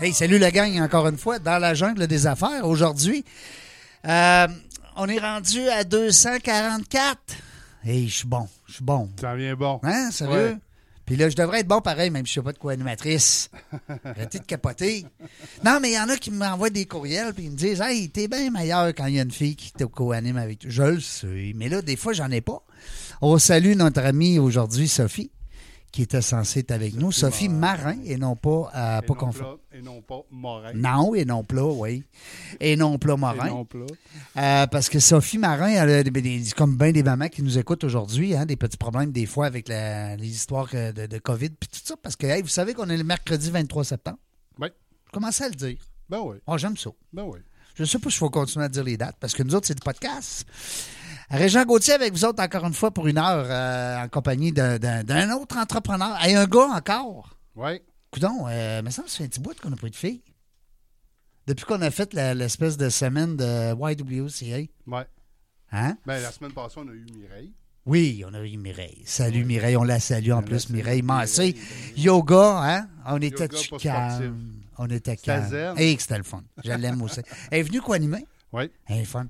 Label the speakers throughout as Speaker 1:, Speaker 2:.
Speaker 1: Hey, salut la gang, encore une fois, dans la jungle des affaires aujourd'hui. euh, on est rendu à 244. Hey, je suis bon, je suis bon.
Speaker 2: Ça vient bon.
Speaker 1: Hein, sérieux?
Speaker 2: Ouais.
Speaker 1: Puis là, je devrais être bon pareil, même si je sais pas de quoi animatrice. Arrêtez de capoter. Non, mais il y en a qui m'envoient des courriels puis ils me disent Hey, t'es bien meilleur quand il y a une fille qui te co-anime avec toi. Je le sais, mais là, des fois, j'en ai pas. On salue notre amie aujourd'hui, Sophie, qui était censée être avec nous. Sophie Marin, et non pas, à
Speaker 2: Et
Speaker 1: pas
Speaker 2: non
Speaker 1: confondre.
Speaker 2: plat, Et non pas Morin.
Speaker 1: Non, et non plat, oui. Et non plat
Speaker 2: Et
Speaker 1: Morin.
Speaker 2: non plat.
Speaker 1: Euh, parce que Sophie Marin, elle a des- des- comme bien des mamans qui nous écoutent aujourd'hui, hein, des petits problèmes des fois avec la- les histoires que- de, de COVID puis tout ça. Parce que, hey, vous savez qu'on est le mercredi 23 septembre.
Speaker 2: Oui.
Speaker 1: Je commence à le dire.
Speaker 2: Ben oui,
Speaker 1: Oh, j'aime ça.
Speaker 2: ben oui.
Speaker 1: Je sais pas s'il faut continuer à dire les dates, parce que nous autres, c'est du podcast. Régent Gauthier avec vous autres encore une fois pour une heure euh, en compagnie d'un- d'un d'un autre entrepreneur. Et un gars encore.
Speaker 2: Oui.
Speaker 1: Coudon, euh, me semble que ça fait un petit bout qu'on n'a pas eu de fille. Depuis qu'on a fait la- l'espèce de semaine de YWCA.
Speaker 2: Ouais.
Speaker 1: Hein?
Speaker 2: Ben, la semaine passée, on a eu Mireille.
Speaker 1: Oui, on a eu Mireille. Salut Mireille, on la salue en
Speaker 2: la
Speaker 1: plus,
Speaker 2: salue,
Speaker 1: Mireille Massé.
Speaker 2: Mireille,
Speaker 1: Yoga, hein? On était
Speaker 2: Yoga pas
Speaker 1: calme. On était
Speaker 2: C'était
Speaker 1: calme.
Speaker 2: zen.
Speaker 1: Et c'était le fun. Je l'aime aussi. Elle est venue co-animer.
Speaker 2: Oui.
Speaker 1: Elle est fun.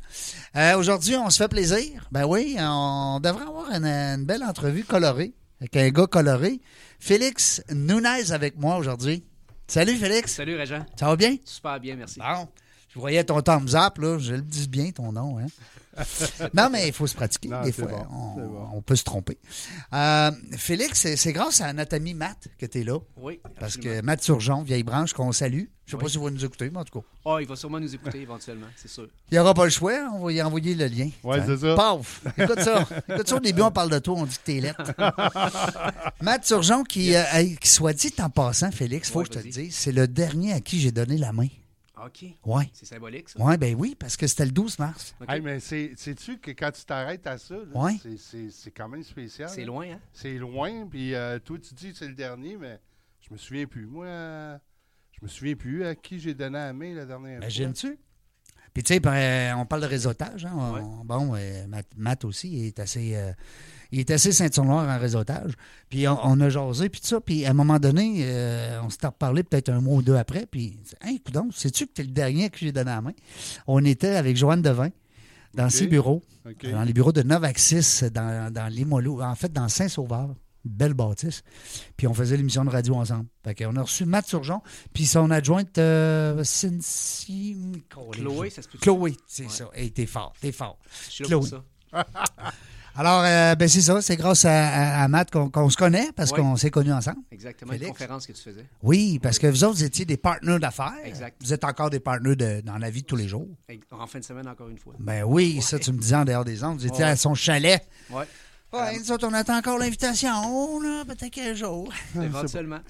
Speaker 1: Euh, Aujourd'hui, on se fait plaisir. Ben oui, on devrait avoir une, une belle entrevue colorée avec un gars coloré. Félix Nunez avec moi aujourd'hui. Salut Félix,
Speaker 3: Salut Réjean.
Speaker 1: ça va bien?
Speaker 3: Super bien, merci.
Speaker 1: Bon, je voyais ton thumbs up, là. Je le dis bien, ton nom. Hein? non, mais il faut se pratiquer.
Speaker 2: Non,
Speaker 1: des
Speaker 2: c'est
Speaker 1: fois,
Speaker 2: bon,
Speaker 1: on,
Speaker 2: c'est bon.
Speaker 1: on peut se tromper. Euh, Félix, c'est- c'est grâce à notre ami Matt que tu es là.
Speaker 3: Oui.
Speaker 1: Parce
Speaker 3: absolument.
Speaker 1: que Matt Surgeon, vieille branche, qu'on salue. Je ne sais pas
Speaker 3: Oui.
Speaker 1: si vous nous écouter, mais en tout cas.
Speaker 3: Oh, il va sûrement nous écouter éventuellement, c'est sûr.
Speaker 1: Il n'y aura pas le choix, on va y envoyer le lien.
Speaker 2: Ouais,
Speaker 1: Tiens.
Speaker 2: c'est ça.
Speaker 1: Paf! Écoute ça. Écoute ça, au début, on parle de toi, on dit que t'es lettre. Matt Surgeon, qui, euh, hey, qui soit dit en passant, Félix, faut
Speaker 3: Ouais,
Speaker 1: que je te le
Speaker 3: vas-y.
Speaker 1: dise, c'est le dernier à qui j'ai donné la main.
Speaker 3: OK.
Speaker 1: Ouais.
Speaker 3: C'est symbolique, ça.
Speaker 1: Oui, ben oui, parce que c'était le 12 mars.
Speaker 3: OK.
Speaker 2: Hey, mais c'est- sais-tu que quand tu t'arrêtes à ça, là,
Speaker 1: Ouais.
Speaker 2: c'est- c'est c'est quand même spécial.
Speaker 3: C'est
Speaker 2: là.
Speaker 3: loin, hein?
Speaker 2: C'est loin, puis euh, toi, tu dis que c'est le dernier, mais je me souviens plus. Moi, euh, je me souviens plus à qui j'ai donné la main la dernière
Speaker 1: Imagines-tu? Puis, tu sais, ben, on parle de réseautage. hein, on-
Speaker 3: Ouais.
Speaker 1: Bon, euh, Matt, Matt aussi, il est assez, euh, il est assez ceinture-noire en réseautage. Puis, on, on a jasé, puis tout ça. Puis, à un moment donné, euh, on s'est reparlé peut-être un mois ou deux après. Puis, hey, coudonc, sais-tu que t'es le dernier que j'ai donné la main? On était avec Joanne Devin dans
Speaker 2: Ok.
Speaker 1: ses bureaux,
Speaker 2: fois. OK.
Speaker 1: dans les bureaux de Novaxis, dans, dans Limoilou, en fait, dans Saint-Sauveur. Belle bâtisse. Puis on faisait l'émission de radio ensemble. Fait qu'on a reçu Matt Surgeon, puis son adjointe euh, Cynthia...
Speaker 3: Chloé, ça se peut.
Speaker 1: Chloé, c'est
Speaker 3: Ouais.
Speaker 1: ça. Hey, t'es fort, t'es fort.
Speaker 3: Je suis là pour
Speaker 1: Chloé.
Speaker 3: ça.
Speaker 1: Alors, euh, ben c'est ça, c'est grâce à, à- à Matt qu'on qu'on se connaît, parce
Speaker 3: Ouais.
Speaker 1: qu'on s'est connus ensemble.
Speaker 3: Exactement.
Speaker 1: Félix.
Speaker 3: Une conférence que tu faisais.
Speaker 1: Oui, parce que vous autres, vous étiez des partenaires d'affaires.
Speaker 3: Exact.
Speaker 1: Vous êtes encore des partenaires de- dans la vie de tous les jours.
Speaker 3: Ex- En fin de semaine, encore une fois.
Speaker 1: Ben oui, ça, tu me disais en dehors des ondes, vous étiez
Speaker 3: Ouais.
Speaker 1: à son chalet.
Speaker 3: Ouais.
Speaker 1: Ouais, Ah, nous autres, on attend encore l'invitation, là, peut-être qu'un jour.
Speaker 3: Éventuellement.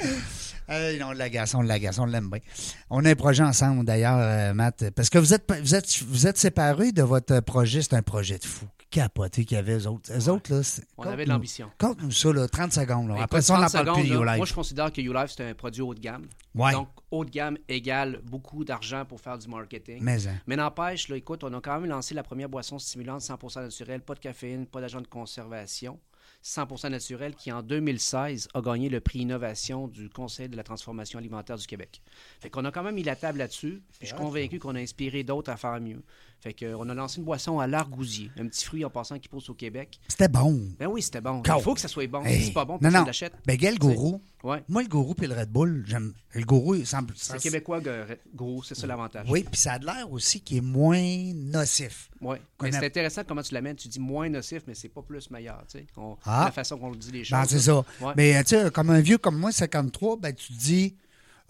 Speaker 1: Hey, non, on l'agace, on l'agace, on l'aime bien. On a un projet ensemble, d'ailleurs, euh, Matt. Parce que vous êtes, pas- vous êtes, vous êtes séparés de votre projet. C'est un projet de fou. Capoté qu'il y avait, eux autres. Eux autres, là. c'est-
Speaker 3: On
Speaker 1: conte-nous-
Speaker 3: avait de l'ambition.
Speaker 1: Conte-nous ça, là, 30 secondes. là.
Speaker 3: Écoute,
Speaker 1: Après ça, on n'en
Speaker 3: 30
Speaker 1: parle plus,
Speaker 3: secondes, là,
Speaker 1: Live.
Speaker 3: Moi, je considère que YouLife, c'est un produit haut de gamme.
Speaker 1: Ouais.
Speaker 3: Donc, haut de gamme égale beaucoup d'argent pour faire du marketing.
Speaker 1: Mais, hein.
Speaker 3: Mais n'empêche, là, écoute, on a quand même lancé la première boisson stimulante 100% naturelle, pas de caféine, pas d'agent de conservation, 100% naturelle, qui en 2016 a gagné le prix innovation du Conseil de la transformation alimentaire du Québec. Fait qu'on a quand même mis la table là-dessus, puis je suis convaincu qu'on a inspiré d'autres à faire mieux. Fait qu'on a lancé une boisson à l'argousier, un petit fruit en passant qui pousse au Québec.
Speaker 1: C'était bon.
Speaker 3: Ben oui, c'était bon.
Speaker 1: Cool.
Speaker 3: Il faut que ça soit bon.
Speaker 1: Hey.
Speaker 3: Si c'est pas bon,
Speaker 1: non,
Speaker 3: personne
Speaker 1: non.
Speaker 3: ne l'achète.
Speaker 1: Ben, quel gourou.
Speaker 3: Ouais.
Speaker 1: Moi, le gourou puis le Red Bull, j'aime. Le gourou, il semble.
Speaker 3: C'est québécois gr- gros, c'est ça l'avantage.
Speaker 1: Mm. Oui, puis ça a l'air aussi qu'il est moins nocif.
Speaker 3: Ouais.
Speaker 1: Qu'on
Speaker 3: Mais
Speaker 1: a-
Speaker 3: c'est intéressant comment tu l'amènes. Tu dis moins nocif, mais c'est pas plus meilleur. tu sais. On-
Speaker 1: Ah.
Speaker 3: La façon qu'on le dit les choses.
Speaker 1: Non, c'est ça.
Speaker 3: Ouais.
Speaker 1: Mais euh, tu sais, comme un vieux comme moi, 53, ben tu te dis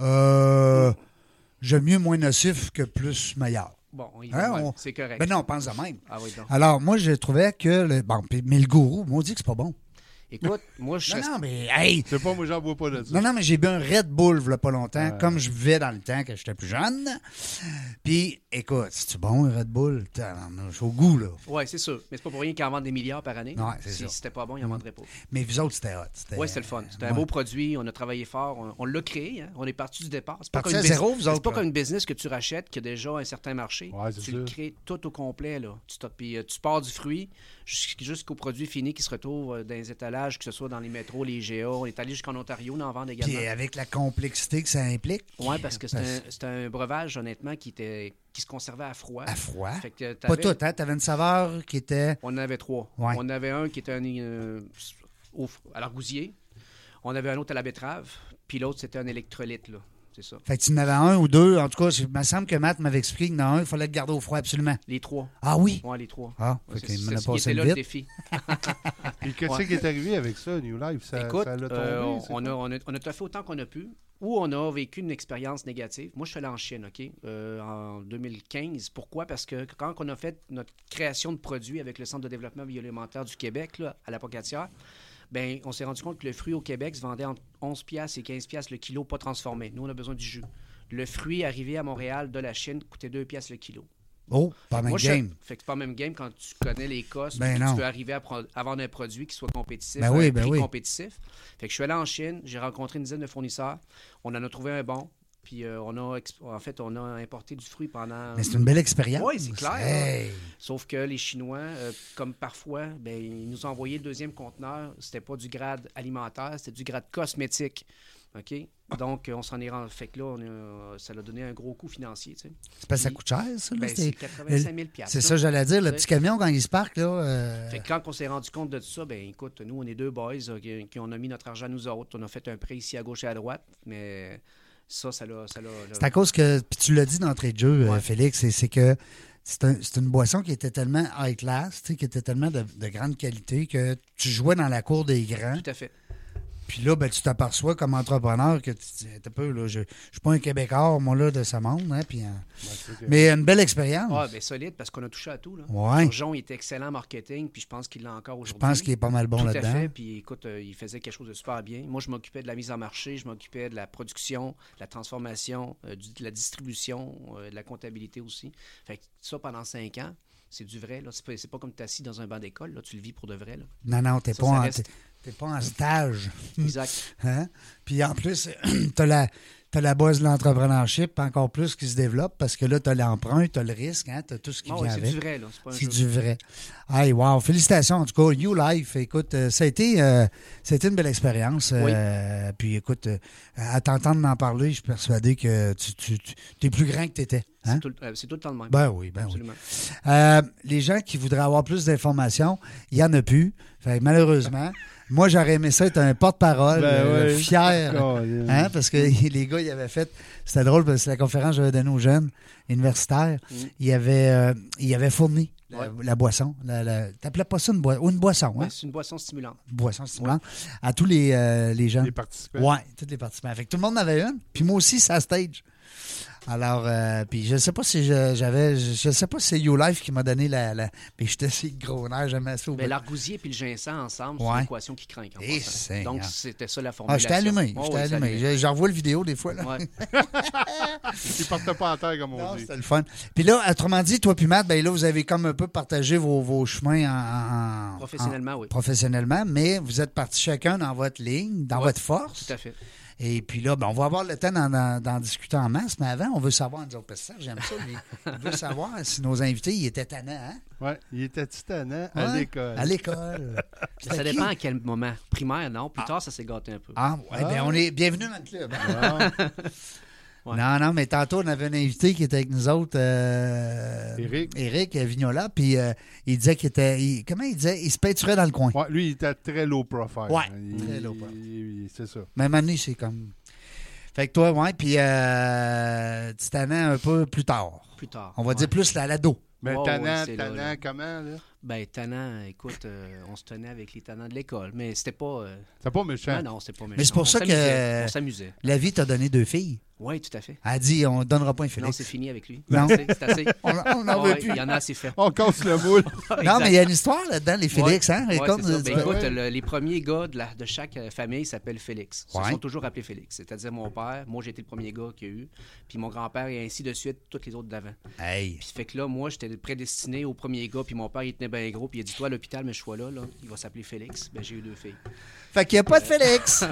Speaker 1: euh, j'aime mieux moins nocif que plus meilleur.
Speaker 3: Bon, on y
Speaker 1: Hein,
Speaker 3: va de même.
Speaker 1: on-
Speaker 3: c'est correct.
Speaker 1: Ben non, on pense de même.
Speaker 3: Ah oui, donc.
Speaker 1: Alors, moi, je trouvais que le. Bon, puis- mais le gourou, moi, on dit que c'est pas bon.
Speaker 3: Écoute, moi, je
Speaker 1: Non,
Speaker 3: reste-
Speaker 1: non, mais hey!
Speaker 2: C'est pas moi, j'en bois pas de ça.
Speaker 1: Non, non, mais j'ai bu un Red Bull il pas longtemps, comme je buvais dans le temps que j'étais plus jeune. Puis, écoute, c'est-tu bon, un Red Bull? Je suis au goût, là.
Speaker 3: Ouais, c'est sûr. Mais c'est pas pour rien qu'ils en vendent des milliards par année.
Speaker 1: Ouais, c'est
Speaker 3: si
Speaker 1: ça.
Speaker 3: c'était pas bon, ils en vendraient pas.
Speaker 1: Mais vous autres, c'était hot. C'était-
Speaker 3: Ouais, c'était le fun. C'était un
Speaker 1: Ouais.
Speaker 3: beau produit. On a travaillé fort. On, on l'a créé. hein. On est parti du départ. C'est pas,
Speaker 1: Parti
Speaker 3: comme une
Speaker 1: à zéro,
Speaker 3: business-
Speaker 1: vous
Speaker 3: c'est
Speaker 1: autres,
Speaker 3: pas
Speaker 1: là.
Speaker 3: comme une business que tu rachètes qui a déjà un certain marché.
Speaker 2: Ouais, c'est
Speaker 3: tu le
Speaker 2: sûr.
Speaker 3: crées tout au complet. Là. Tu, t'as- puis, euh, tu pars du fruit jusqu'- jusqu'au produit fini qui se retrouve euh, dans les étalages emballage, que ce soit dans les métros, les GA. On est allé jusqu'en Ontario, on en vend également.
Speaker 1: Puis avec la complexité que ça implique.
Speaker 3: Oui, parce que c'est
Speaker 1: Parce-
Speaker 3: un, c'est un breuvage, honnêtement, qui, était, qui se conservait à froid.
Speaker 1: À froid.
Speaker 3: Fait que
Speaker 1: Pas
Speaker 3: t'avais-
Speaker 1: tout, hein? T'avais une saveur qui était.
Speaker 3: On en avait trois.
Speaker 1: Ouais.
Speaker 3: On en avait un qui était un, euh, au- à l'argousier. On avait un autre à la betterave. Puis l'autre, c'était un électrolyte, là. C'est ça.
Speaker 1: Fait que tu en avais un ou deux. En tout cas, il me semble que Matt m'avait expliqué que dans un, il fallait le garder au froid absolument.
Speaker 3: Les trois.
Speaker 1: Ah oui?
Speaker 3: Ouais, les trois.
Speaker 1: Ah,
Speaker 3: Ouais,
Speaker 1: fait
Speaker 3: c'est-
Speaker 1: qu'il
Speaker 3: c'est
Speaker 1: m'en a
Speaker 3: ce qui
Speaker 1: passé
Speaker 3: était là,
Speaker 1: vite.
Speaker 3: le défi.
Speaker 2: Et qu'est-ce
Speaker 3: Ouais.
Speaker 2: qui est arrivé avec ça, New Life? Ça,
Speaker 3: Écoute,
Speaker 2: ça Ben, l'a tombé,
Speaker 3: euh,
Speaker 2: c'est
Speaker 3: on,
Speaker 2: quoi?
Speaker 3: a, on, a, on a tout fait autant qu'on a pu ou on a vécu une expérience négative. Moi, je suis allé en Chine, OK, euh, en 2015. Pourquoi? Parce que quand on a fait notre création de produits avec le Centre de développement bioalimentaire du Québec, là, à la Pocatière, ben, on s'est rendu compte que le fruit au Québec se vendait entre 11 piastres et 15 piastres le kilo pas transformé. Nous, on a besoin du jus. Le fruit arrivé à Montréal de la Chine coûtait 2 piastres le kilo.
Speaker 1: Oh, pas mal
Speaker 3: Moi,
Speaker 1: de
Speaker 3: je-
Speaker 1: game.
Speaker 3: Fait que c'est pas le même game quand tu connais les costs.
Speaker 1: Ben
Speaker 3: puis
Speaker 1: non.
Speaker 3: tu veux arriver à, prendre- à vendre un produit qui soit compétitif,
Speaker 1: Ben
Speaker 3: à
Speaker 1: oui,
Speaker 3: un
Speaker 1: ben
Speaker 3: prix
Speaker 1: oui.
Speaker 3: compétitif. Fait que je suis allé en Chine, j'ai rencontré une dizaine de fournisseurs. On en a trouvé un bon. Puis euh, on a, exp- en fait, on a importé du fruit pendant.
Speaker 1: Mais c'est une belle expérience.
Speaker 3: Oui, c'est clair,
Speaker 1: Hey!
Speaker 3: Sauf que les Chinois, euh, comme parfois, ben, ils nous ont envoyé le deuxième conteneur. C'était pas du grade alimentaire, c'était du grade cosmétique. OK? Donc, euh, on s'en est rendu. Fait que là, on a- ça a donné un gros coût financier. tu sais.
Speaker 1: C'est parce que ça coûte cher, ça. là,
Speaker 3: Ben,
Speaker 1: Ah, c'est-
Speaker 3: c'est 85 000
Speaker 1: c'est ça, j'allais dire. Le
Speaker 3: Tu sais.
Speaker 1: petit camion, quand il se parque, là. euh,
Speaker 3: Fait que quand on s'est rendu compte de tout ça, ben écoute, nous, on est deux boys euh, qui, qui on a mis notre argent nous autres. On a fait un prêt ici à gauche et à droite, mais ça, ça l'a. Ça l'a- l'a-
Speaker 1: C'est à cause que, puis tu l'as dit d'entrée de jeu, euh,
Speaker 3: Ouais.
Speaker 1: Félix, c'est- c'est que c'est un- c'est une boisson qui était tellement high class, tu sais, qui était tellement de, de grande qualité que tu jouais dans la cour des grands.
Speaker 3: Tout à fait.
Speaker 1: Puis là, ben, tu t'aperçois comme entrepreneur que tu te dis, Attends un peu, là, je ne suis pas un Québécois, moi, là, de ce monde. hein, puis, hein.
Speaker 2: Ben, c'est que-
Speaker 1: Mais une belle expérience.
Speaker 3: Ah, ben solide, parce qu'on a touché à tout. Là.
Speaker 1: Hmm. Ouais.
Speaker 3: Turgeon était excellent en marketing, puis je pense qu'il l'a encore
Speaker 1: je
Speaker 3: aujourd'hui.
Speaker 1: pense qu'il est pas mal bon
Speaker 3: Tout à fait.
Speaker 1: là-dedans.
Speaker 3: Puis écoute, euh, il faisait quelque chose de super bien. Moi, je m'occupais de la mise en marché, je m'occupais de la production, de la transformation, euh, du- de la distribution, euh, de la comptabilité aussi. Fait que ça, pendant cinq ans, c'est du vrai. là. C'est pas, c'est pas comme tu assis dans un banc d'école. Là. Tu le vis pour de vrai. Là.
Speaker 1: Non, non, t'es
Speaker 3: Ça,
Speaker 1: pas,
Speaker 3: ça
Speaker 1: en-
Speaker 3: reste.
Speaker 1: t'es- t'es pas en stage.
Speaker 3: Exact.
Speaker 1: Hein? Puis en plus, t'as la, t'as la base de l'entrepreneurship encore plus qui se développe parce que là, t'as l'emprunt, t'as le risque, hein, t'as tout ce qui
Speaker 3: Ah
Speaker 1: vient
Speaker 3: ouais, c'est
Speaker 1: avec.
Speaker 3: du vrai, là. C'est pas un
Speaker 1: C'est
Speaker 3: jeu.
Speaker 1: du vrai. Hey, wow. Félicitations, en tout cas. You Life, écoute, euh, ça, a été, euh, ça a été une belle expérience. Euh, Puis écoute, euh, à t'entendre m'en parler, je suis persuadé que tu, tu, tu es plus grand que tu étais.
Speaker 3: C'est tout, le- euh, c'est tout le temps le même.
Speaker 1: hein? Ben oui, ben oui.
Speaker 3: Absolument.
Speaker 1: Euh, les gens qui voudraient avoir plus d'informations, il n'y en a plus. Fait que malheureusement, moi, j'aurais aimé ça être un porte-parole
Speaker 2: Ben
Speaker 1: euh,
Speaker 2: oui.
Speaker 1: fier.
Speaker 2: Colin.
Speaker 1: Hein, parce que
Speaker 3: Mm.
Speaker 1: les gars, ils avaient fait. C'était drôle parce que la conférence que j'avais donnée aux jeunes universitaires,
Speaker 3: Mm.
Speaker 1: ils, avaient, euh, ils avaient fourni la,
Speaker 3: Ouais.
Speaker 1: la boisson. La, la- T'appelais pas ça une boisson? Une boisson, hein?
Speaker 3: Ouais, Ah, c'est une boisson stimulante.
Speaker 1: Une boisson stimulante. À tous les, euh, les gens.
Speaker 2: Les participants.
Speaker 1: Ouais, tous les participants. Fait que tout le monde en avait une. Puis moi aussi, c'est à stage. Alors, euh, puis je sais pas si je- j'avais. Je, je sais pas si c'est YouLife qui m'a donné la. la- mais j'étais si gros nerf, j'aimais ça. au
Speaker 3: Mais
Speaker 1: bout.
Speaker 3: Ben, l'argousier puis le ginseng ensemble, c'est
Speaker 1: Ouais.
Speaker 3: une équation qui craint. en
Speaker 1: Eh,
Speaker 3: passant.
Speaker 1: Seigneur.
Speaker 3: Donc, c'était ça la
Speaker 1: Ah,
Speaker 3: formulation.
Speaker 1: j'étais allumé.
Speaker 3: Ouais,
Speaker 1: J'étais
Speaker 3: ouais, Oh, c'est
Speaker 1: allumé. Je- J'en revois le vidéo des fois. Là.
Speaker 3: Ouais.
Speaker 2: Ils partent pas en terre, comme on
Speaker 1: Non,
Speaker 2: dit.
Speaker 1: c'était le fun. Puis là, autrement dit, toi puis Matt, ben là, vous avez comme un peu partagé vos, vos chemins en- en, en-
Speaker 3: Professionnellement, oui.
Speaker 1: en- professionnellement, mais vous êtes partis chacun dans votre ligne, dans
Speaker 3: Ouais.
Speaker 1: votre force.
Speaker 3: Tout à fait.
Speaker 1: Et puis là, ben, on va avoir le temps d'en- d'en d'en discuter en masse, mais avant, on veut savoir, nous autres, parce que Serge, j'aime ça, lui. on veut savoir si nos invités, ils étaient tannants, hein?
Speaker 2: Ouais, il était titanant à
Speaker 1: Ouais,
Speaker 2: l'école.
Speaker 1: À l'école. C'était
Speaker 3: Ça
Speaker 1: qui?
Speaker 3: dépend à quel moment. Primaire, non. Plus tard, ça s'est gâté un peu.
Speaker 1: Ah, ouais, ben, on est bienvenue dans le club. hein?
Speaker 3: Ouais.
Speaker 1: Non, non, mais tantôt, on avait un invité qui était avec nous autres, euh,
Speaker 2: Éric.
Speaker 1: Éric Vignola, puis euh, il disait qu'il était. il- comment il disait Il se peinturait dans le coin.
Speaker 2: Ouais, lui, il était très low profile.
Speaker 1: Ouais,
Speaker 2: Il-
Speaker 1: très low profile.
Speaker 2: il- il- C'est ça.
Speaker 1: Même année, c'est comme. Fait que toi, ouais, puis euh, tu t'en as un peu plus tard.
Speaker 3: Plus tard.
Speaker 1: On va
Speaker 3: Ouais.
Speaker 1: dire plus la lado.
Speaker 2: Mais
Speaker 3: Ouais, ouais,
Speaker 2: tannant,
Speaker 3: c'est là,
Speaker 2: tannant,
Speaker 3: là.
Speaker 2: comment, là?
Speaker 3: Ben, tannant, écoute, euh, on se tenait avec les tannants de l'école. Mais c'était pas. euh,
Speaker 2: C'est pas méchant.
Speaker 3: ah non, c'était pas méchant.
Speaker 1: Hein? c'est pour
Speaker 3: On
Speaker 1: ça que-
Speaker 3: s'amusait. On s'amusait.
Speaker 1: La vie t'a donné deux filles.
Speaker 3: Oui, tout à fait.
Speaker 1: Elle dit on donnera pas un Félix.
Speaker 3: Non, c'est fini avec lui.
Speaker 1: Non.
Speaker 3: C'est c'est assez.
Speaker 1: On on en
Speaker 3: Ouais,
Speaker 1: veut plus.
Speaker 3: Il y en a assez fait.
Speaker 2: On casse le moule.
Speaker 1: Non, mais il y a une histoire là-dedans, les Félix, hein?
Speaker 3: Ouais,
Speaker 1: Raconte-
Speaker 3: c'est ça. Ben,
Speaker 2: Ouais,
Speaker 3: écoute,
Speaker 2: ouais.
Speaker 3: le- les premiers gars de, la- de chaque euh, famille s'appellent Félix. Ils
Speaker 1: Ouais.
Speaker 3: se sont toujours appelés Félix. C'est-à-dire mon père, moi j'étais le premier gars qu'il y a eu, puis mon grand-père et ainsi de suite, tous les autres d'avant.
Speaker 1: Hey.
Speaker 3: Puis fait que là, moi j'étais prédestiné au premier gars, puis mon père il tenait bien gros, puis il a dit Toi, à l'hôpital, mais je suis là, là. Il va s'appeler Félix. Ben, j'ai eu deux filles.
Speaker 1: Fait qu'il n'y a pas de Félix.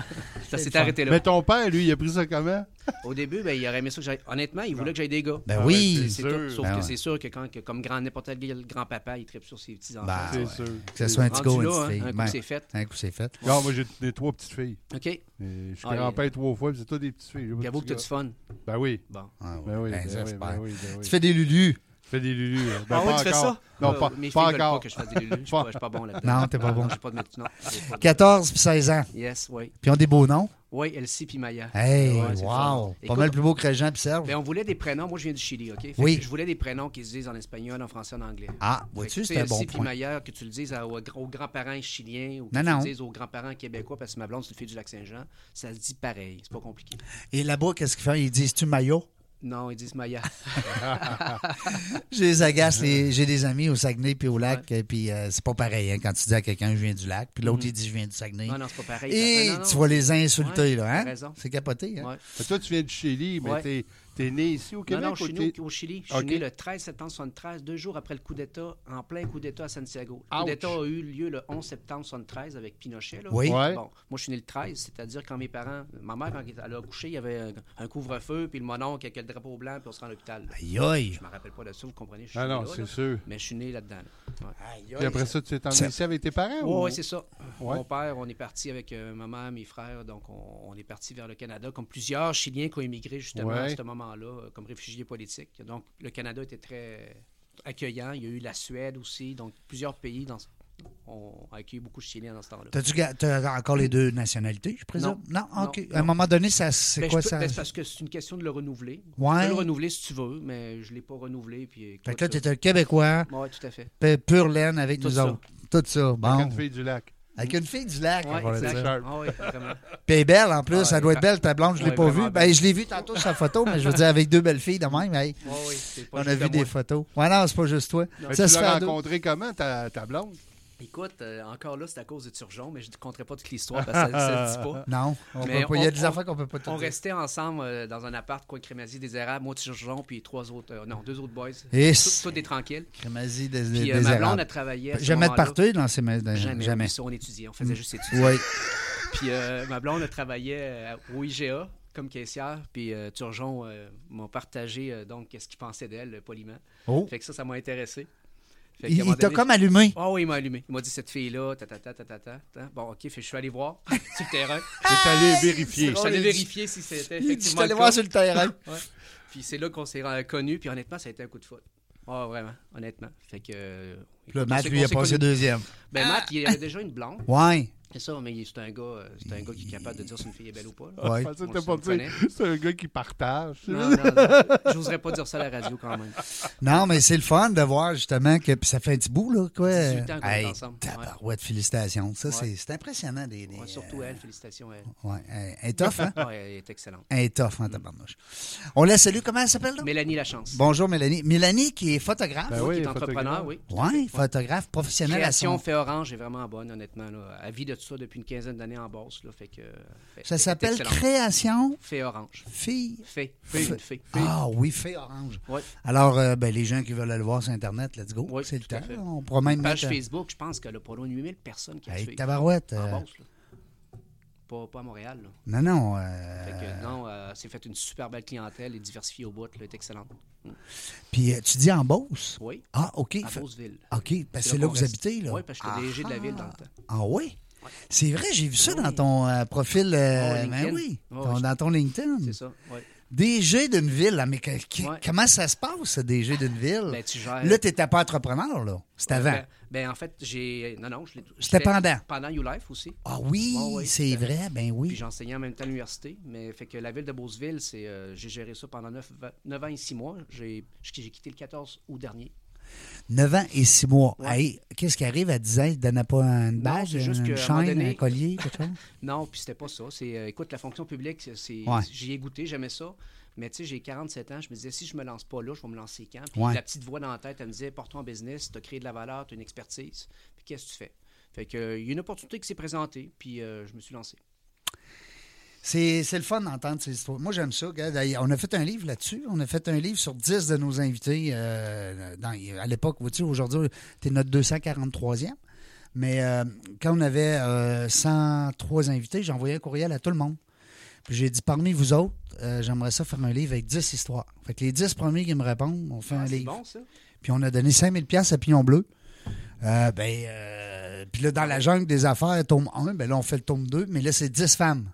Speaker 3: Ça s'est arrêté là.
Speaker 2: Mais ton père, lui, il a pris ça comment?
Speaker 3: Au début, ben, il aurait aimé ça que j'aille. Honnêtement, il voulait que j'aille des gars.
Speaker 1: Ben
Speaker 2: Ah,
Speaker 1: oui.
Speaker 2: ouais,
Speaker 3: C'est
Speaker 2: sûr.
Speaker 3: tout. Sauf
Speaker 1: Ben
Speaker 3: que
Speaker 1: ouais.
Speaker 3: c'est sûr que, quand, que comme grand n'importe quel grand-papa, il tripe sur ses petits-enfants.
Speaker 1: Ben,
Speaker 2: C'est
Speaker 1: ouais.
Speaker 2: sûr.
Speaker 1: Que ce soit un petit
Speaker 3: Rendu
Speaker 1: gars ou une
Speaker 3: là,
Speaker 1: petite
Speaker 3: hein,
Speaker 1: fille.
Speaker 3: un coup,
Speaker 1: Ben,
Speaker 3: c'est fait.
Speaker 1: Un coup, c'est fait.
Speaker 2: Non, moi, j'ai j'ai trois petites filles.
Speaker 3: OK.
Speaker 2: Et je suis
Speaker 3: Ah,
Speaker 2: grand-père trois fois, puis c'est toutes des petites filles. J'ai pas de
Speaker 3: J'avoue que
Speaker 2: petits
Speaker 3: t'as du fun.
Speaker 2: gars. Ben oui.
Speaker 3: Bon.
Speaker 1: Ah ouais,
Speaker 2: Ben oui,
Speaker 1: ben
Speaker 2: ben,
Speaker 1: ça,
Speaker 2: oui,
Speaker 1: j'espère.
Speaker 2: ben oui, ben oui.
Speaker 1: Tu fais des lulus.
Speaker 2: Fais des lulus. Ben,
Speaker 3: Ah
Speaker 2: pas
Speaker 3: oui, tu fais
Speaker 2: encore.
Speaker 3: ça?
Speaker 2: Non,
Speaker 3: Euh,
Speaker 2: pas,
Speaker 3: mes filles
Speaker 2: pas
Speaker 3: veulent pas
Speaker 2: encore.
Speaker 3: que je fasse des lulus. Je suis pas- je suis pas bon là-dedans.
Speaker 1: Non, t'es pas bon.
Speaker 3: J'ai pas de métier. Non, j'ai pas de-
Speaker 1: 14 puis 16 ans.
Speaker 3: Yes, oui.
Speaker 1: Puis ils ont des beaux noms.
Speaker 3: Oui, Elsie puis Maya.
Speaker 1: Hey,
Speaker 3: Ouais, c'est
Speaker 1: wow.
Speaker 3: le fun.
Speaker 1: Pas mal
Speaker 3: Écoute,
Speaker 1: plus beau que Régent puis Serge.
Speaker 3: ben, on voulait des prénoms. Moi, je viens du Chili, OK? Fait
Speaker 1: Oui.
Speaker 3: que Je voulais des prénoms qui se disent en espagnol, en français, en anglais.
Speaker 1: Ah,
Speaker 3: Fait que,
Speaker 1: vois-tu,
Speaker 3: tu sais,
Speaker 1: c'est un
Speaker 3: Elsie
Speaker 1: bon
Speaker 3: puis
Speaker 1: point.
Speaker 3: Maya, que tu le dises à- aux aux grands-parents chiliens ou que
Speaker 1: Non,
Speaker 3: tu
Speaker 1: non.
Speaker 3: le dises aux grands-parents québécois, parce que ma blonde, c'est une fille du Lac-Saint-Jean, ça se dit pareil. C'est pas compliqué.
Speaker 1: Et là-bas, qu'est-ce qu'ils font? Ils disent-tu maillot?
Speaker 3: Non, ils disent Maya.
Speaker 1: Je les agace. les- J'ai des amis au Saguenay puis au lac. euh, Puis euh, c'est pas pareil hein, quand tu dis à quelqu'un je viens du lac. Puis l'autre, il dit je viens du Saguenay.
Speaker 3: Mm. non, non, c'est pas pareil.
Speaker 1: Et
Speaker 3: Non, non, non.
Speaker 1: tu vas les insulter,
Speaker 3: Ouais,
Speaker 1: là.
Speaker 3: t'as
Speaker 1: Hein?
Speaker 3: raison.
Speaker 1: C'est capoté. Hein?
Speaker 3: Ouais.
Speaker 2: Mais toi, tu viens du Chili, mais
Speaker 3: Ouais.
Speaker 2: t'es- t'es né ici au Québec?
Speaker 3: non, non, je
Speaker 2: ou
Speaker 3: suis
Speaker 2: t'es-
Speaker 3: né au au Chili. Je suis
Speaker 2: Ok.
Speaker 3: né le 13 septembre 73, deux jours après le coup d'État, en plein coup d'État à Santiago. Le
Speaker 2: Ouch.
Speaker 3: coup d'État a eu lieu le 11 septembre 73 avec Pinochet. Là.
Speaker 1: Oui.
Speaker 2: Ouais.
Speaker 3: Bon, moi, je suis né le 13, c'est-à-dire quand mes parents, ma mère, quand elle a accouché, il y avait un, un couvre-feu, puis le mononcle avec le drapeau blanc, puis on se rend à l'hôpital. là.
Speaker 1: Aïe, aïe.
Speaker 3: Je me rappelle pas de ça, vous comprenez? Je suis
Speaker 2: Ah non,
Speaker 3: né là,
Speaker 2: c'est
Speaker 3: là.
Speaker 2: sûr.
Speaker 3: Mais je suis né là-dedans. là. Ouais.
Speaker 2: Puis après ça, tu t'es emmené
Speaker 1: Ça-
Speaker 2: ici avec tes parents?
Speaker 3: Oui,
Speaker 2: ou-
Speaker 3: c'est ça.
Speaker 2: Ouais.
Speaker 3: Mon père, on est parti avec euh, ma mère, mes frères, donc on, on est parti vers le Canada, comme plusieurs Chiliens qui ont émigré justement à
Speaker 2: Ouais.
Speaker 3: ce moment-là, euh, comme réfugiés politiques. Donc le Canada était très accueillant. Il y a eu la Suède aussi, donc plusieurs pays dans, ont accueilli beaucoup de Chiliens dans ce temps-là.
Speaker 1: T'as-tu ga- t'as encore les deux nationalités, je présume? Non,
Speaker 3: Non,
Speaker 1: OK.
Speaker 3: non.
Speaker 1: À un moment donné, ça, c'est
Speaker 3: Ben,
Speaker 1: quoi
Speaker 3: je peux-
Speaker 1: ça?
Speaker 3: ben, c'est parce que c'est une question de le renouveler. Tu
Speaker 1: Ouais.
Speaker 3: peux le renouveler si tu veux, mais je ne l'ai pas renouvelé. Puis,
Speaker 1: Fait que là, t'es un Québécois,
Speaker 3: Oui, tout à fait.
Speaker 1: pe- pure laine avec
Speaker 3: Tout
Speaker 1: nous
Speaker 3: ça.
Speaker 1: autres. Tout ça.
Speaker 2: Quand
Speaker 1: Bon.
Speaker 2: tu fais du lac.
Speaker 1: Avec une fille du lac.
Speaker 3: Ouais,
Speaker 1: on va le
Speaker 3: exact.
Speaker 1: dire.
Speaker 2: dire.
Speaker 3: Ah ouais, vraiment.
Speaker 1: Puis elle est belle en plus,
Speaker 3: Ouais,
Speaker 1: elle doit être belle, ta blonde, je l'ai
Speaker 3: Ah, Ouais,
Speaker 1: pas
Speaker 3: vraiment
Speaker 1: vue.
Speaker 3: belle.
Speaker 1: Ben, je l'ai vue tantôt sur la photo, mais je veux dire, avec deux belles filles de même, hey,
Speaker 3: Ouais, ouais, Ah c'est pas
Speaker 1: on a
Speaker 3: juste
Speaker 1: vu
Speaker 3: à
Speaker 1: des
Speaker 3: moi.
Speaker 1: photos. Ouais, non, c'est pas juste toi.
Speaker 2: Mais
Speaker 1: Ça
Speaker 2: tu
Speaker 1: se fait
Speaker 2: l'as
Speaker 1: à deux.
Speaker 2: rencontré comment, ta, ta blonde?
Speaker 3: Écoute, euh, encore là, c'est à cause de Turgeon, mais je ne conterai pas toute l'histoire parce que ça ne se dit pas.
Speaker 1: Non, on
Speaker 3: Mais
Speaker 1: peut pas- il y a
Speaker 3: on-
Speaker 1: des
Speaker 3: on-
Speaker 1: affaires qu'on peut pas tout
Speaker 3: On
Speaker 1: dire.
Speaker 3: restait ensemble euh, dans un appart, quoi, crémazie, des érable, moi, Turgeon, puis trois autres, euh, non, deux autres boys.
Speaker 1: Yes.
Speaker 3: Tous- Tous des tranquilles.
Speaker 1: Crémazie des, des,
Speaker 3: Puis euh,
Speaker 1: des
Speaker 3: ma
Speaker 1: érables.
Speaker 3: blonde, elle travaillait. à ce
Speaker 1: Jamais de
Speaker 3: moment-là.
Speaker 1: partout dans ces... ma- dans-
Speaker 3: Jamais.
Speaker 1: Jamais.
Speaker 3: oui, ça, on étudiait, on faisait juste étudier.
Speaker 1: Oui.
Speaker 3: Puis euh, ma blonde, elle travaillait euh, au IGA comme caissière, puis euh, Turgeon euh, m'a partagé euh, donc ce qu'il pensait d'elle, euh, poliment.
Speaker 1: Oh.
Speaker 3: Fait que ça, ça m'a intéressé. Fait qu'à
Speaker 1: Il
Speaker 3: un
Speaker 1: il
Speaker 3: moment
Speaker 1: t'a
Speaker 3: donné,
Speaker 1: comme allumé.
Speaker 3: Ah oui, il m'a allumé. Il m'a dit cette fille-là, ta ta ta ta ta ta. ta. Bon, ok, fait, je suis allé voir sur le terrain.
Speaker 1: Ah,
Speaker 2: T'es allé vérifier.
Speaker 3: Je suis allé
Speaker 1: il dit-
Speaker 3: vérifier si c'était
Speaker 1: Il dit, Je suis
Speaker 3: effectivement.
Speaker 1: allé
Speaker 3: le
Speaker 1: voir
Speaker 3: cas.
Speaker 1: sur le terrain.
Speaker 3: Ouais. Puis c'est là qu'on s'est euh, connus, puis honnêtement, ça a été un coup de foot. Ah, vraiment, honnêtement. Fait que. euh,
Speaker 1: Puis Le
Speaker 3: écoute,
Speaker 1: match
Speaker 3: on s'est-
Speaker 1: lui
Speaker 3: on
Speaker 1: a
Speaker 3: s'est
Speaker 1: passé
Speaker 3: connus.
Speaker 1: deuxième.
Speaker 3: Ben, Matt, il
Speaker 1: Ah!
Speaker 3: avait déjà une blonde,
Speaker 1: Ouais.
Speaker 3: c'est ça, mais il- c'est un, gars, euh, c'est un gars qui est capable de dire si une fille est belle ou pas. là.
Speaker 1: Ouais.
Speaker 2: Je pensais que
Speaker 3: On
Speaker 2: t'as
Speaker 3: se
Speaker 2: pas
Speaker 3: connaît.
Speaker 2: dit, C'est un gars qui partage. Ben
Speaker 3: Non, non, non. J'oserais pas dire ça à la radio quand même.
Speaker 1: Non, mais c'est le fun de voir justement que puis ça fait un petit bout, là, quoi.
Speaker 3: 18 ans qu'on est ensemble, ouais.
Speaker 1: tabarouette, félicitations. Ça,
Speaker 3: Ouais.
Speaker 1: c'est- c'est impressionnant. Des, des,
Speaker 3: Ouais, surtout elle, félicitations à elle.
Speaker 1: euh, ouais, elle- elle est tough, hein?
Speaker 3: Ouais, elle est excellente.
Speaker 1: Elle est tough, hein, tabarnouche. On la salue, comment elle s'appelle, là?
Speaker 3: Mélanie Lachance.
Speaker 1: Bonjour, Mélanie. Mélanie, qui est photographe.
Speaker 2: Ben
Speaker 3: Toi
Speaker 2: oui,
Speaker 3: qui est
Speaker 2: photographe.
Speaker 3: entrepreneur, oui.
Speaker 1: ouais, photographe professionnelle à
Speaker 3: Création
Speaker 1: son...
Speaker 3: fait orange est vraiment bonne, honnêtement. Là. Elle vit de tout ça depuis une quinzaine d'années en bourse. Là, fait que, euh, fait-
Speaker 1: Ça
Speaker 3: elle est
Speaker 1: s'appelle
Speaker 3: excellente.
Speaker 1: Création
Speaker 3: Fait orange.
Speaker 1: Fille.
Speaker 3: Fait.
Speaker 2: Fée.
Speaker 3: Une fée.
Speaker 1: Ah oui, Fille Orange.
Speaker 3: Ouais.
Speaker 1: Alors, euh, ben, les gens qui veulent aller voir sur Internet, let's go.
Speaker 3: Ouais,
Speaker 1: c'est le
Speaker 3: tout à
Speaker 1: temps.
Speaker 3: fait.
Speaker 1: On pourra même
Speaker 3: Page
Speaker 1: mettre...
Speaker 3: Facebook, je pense qu'elle a pas loin de 8000 personnes qui la
Speaker 1: Hey,
Speaker 3: suivent.
Speaker 1: tabarouette. euh,
Speaker 3: En Beauce, là. Pas, pas à Montréal. Là.
Speaker 1: non, non. euh,
Speaker 3: Fait que, non, euh, elle s'est fait une super belle clientèle et diversifiée au bout. Là, elle est excellente.
Speaker 1: Puis euh, tu dis en Beauce?
Speaker 3: Oui,
Speaker 1: Ah, OK.
Speaker 3: à
Speaker 1: Fait-
Speaker 3: Beauceville.
Speaker 1: OK, parce que c'est là que
Speaker 3: qu'on
Speaker 1: vous
Speaker 3: reste.
Speaker 1: habitez, là.
Speaker 3: Oui, parce que j'étais DG de la ville dans le temps.
Speaker 1: Ah oui? C'est vrai, j'ai vu ça
Speaker 3: Oui.
Speaker 1: dans ton euh, profil. euh,
Speaker 3: Oh, LinkedIn.
Speaker 1: ben oui,
Speaker 3: Oh,
Speaker 1: ton-
Speaker 3: je-
Speaker 1: dans ton LinkedIn.
Speaker 3: C'est ça, oui.
Speaker 1: DG d'une ville, là, mais que- qui-
Speaker 3: Ouais.
Speaker 1: comment ça se passe, ça, DG d'une ville?
Speaker 3: Ben, tu gères...
Speaker 1: là, tu n'étais pas entrepreneur, là. C'était avant.
Speaker 3: Ben, ben, en fait, j'ai... Non, non, je l'ai...
Speaker 1: C'était
Speaker 3: j'étais-
Speaker 1: pendant.
Speaker 3: Pendant YouLife aussi.
Speaker 1: Ah oui,
Speaker 3: Ouais, ouais,
Speaker 1: c'est
Speaker 3: tout à fait.
Speaker 1: vrai, ben
Speaker 3: Puis
Speaker 1: oui.
Speaker 3: j'enseignais en même temps à l'université. Mais fait que la ville de Beauceville, c'est, euh, j'ai géré ça pendant 9, ans et 6 mois. J'ai, j'ai quitté le 14 août dernier.
Speaker 1: 9 ans et 6 mois.
Speaker 3: Ouais.
Speaker 1: Hey, Qu'est-ce qui arrive à 10 ans? Il ne donnait pas une
Speaker 3: Non,
Speaker 1: badge,
Speaker 3: c'est juste
Speaker 1: une
Speaker 3: qu'à un
Speaker 1: chaîne,
Speaker 3: moment donné-
Speaker 1: un collier, quelque chose?
Speaker 3: Non, puis c'était pas ça. C'est, euh, écoute, la fonction publique, c'est, c'est-
Speaker 1: Ouais.
Speaker 3: j'y ai goûté, j'aimais ça. Mais tu sais, j'ai 47 ans, je me disais, si je me lance pas là, je vais me lancer quand? Puis
Speaker 1: Ouais.
Speaker 3: la petite voix dans la tête, elle me disait, porte-toi en business, tu as créé de la valeur, tu as une expertise, puis qu'est-ce que tu fais? Fait que, euh, il y a une opportunité qui s'est présentée, puis euh, je me suis lancé.
Speaker 1: C'est c'est le fun d'entendre ces histoires. Moi, j'aime ça. regarde, d'ailleurs, on a fait un livre là-dessus. On a fait un livre sur 10 de nos invités euh, dans- à l'époque. Vois-tu, aujourd'hui, t'es notre 243e. Mais euh, quand on avait euh, 103 invités, j'envoyais un courriel à tout le monde. Puis j'ai dit, parmi vous autres, euh, j'aimerais ça faire un livre avec 10 histoires. Fait que les 10 premiers qui me répondent, on fait un
Speaker 3: Ah, c'est
Speaker 1: livre
Speaker 3: bon, ça.
Speaker 1: puis on a donné 5000 pièces à Pignon Bleu. Euh, ben, euh, puis là, dans la jungle des affaires, tome 1, ben là, on fait le tome 2, mais là, c'est 10 femmes.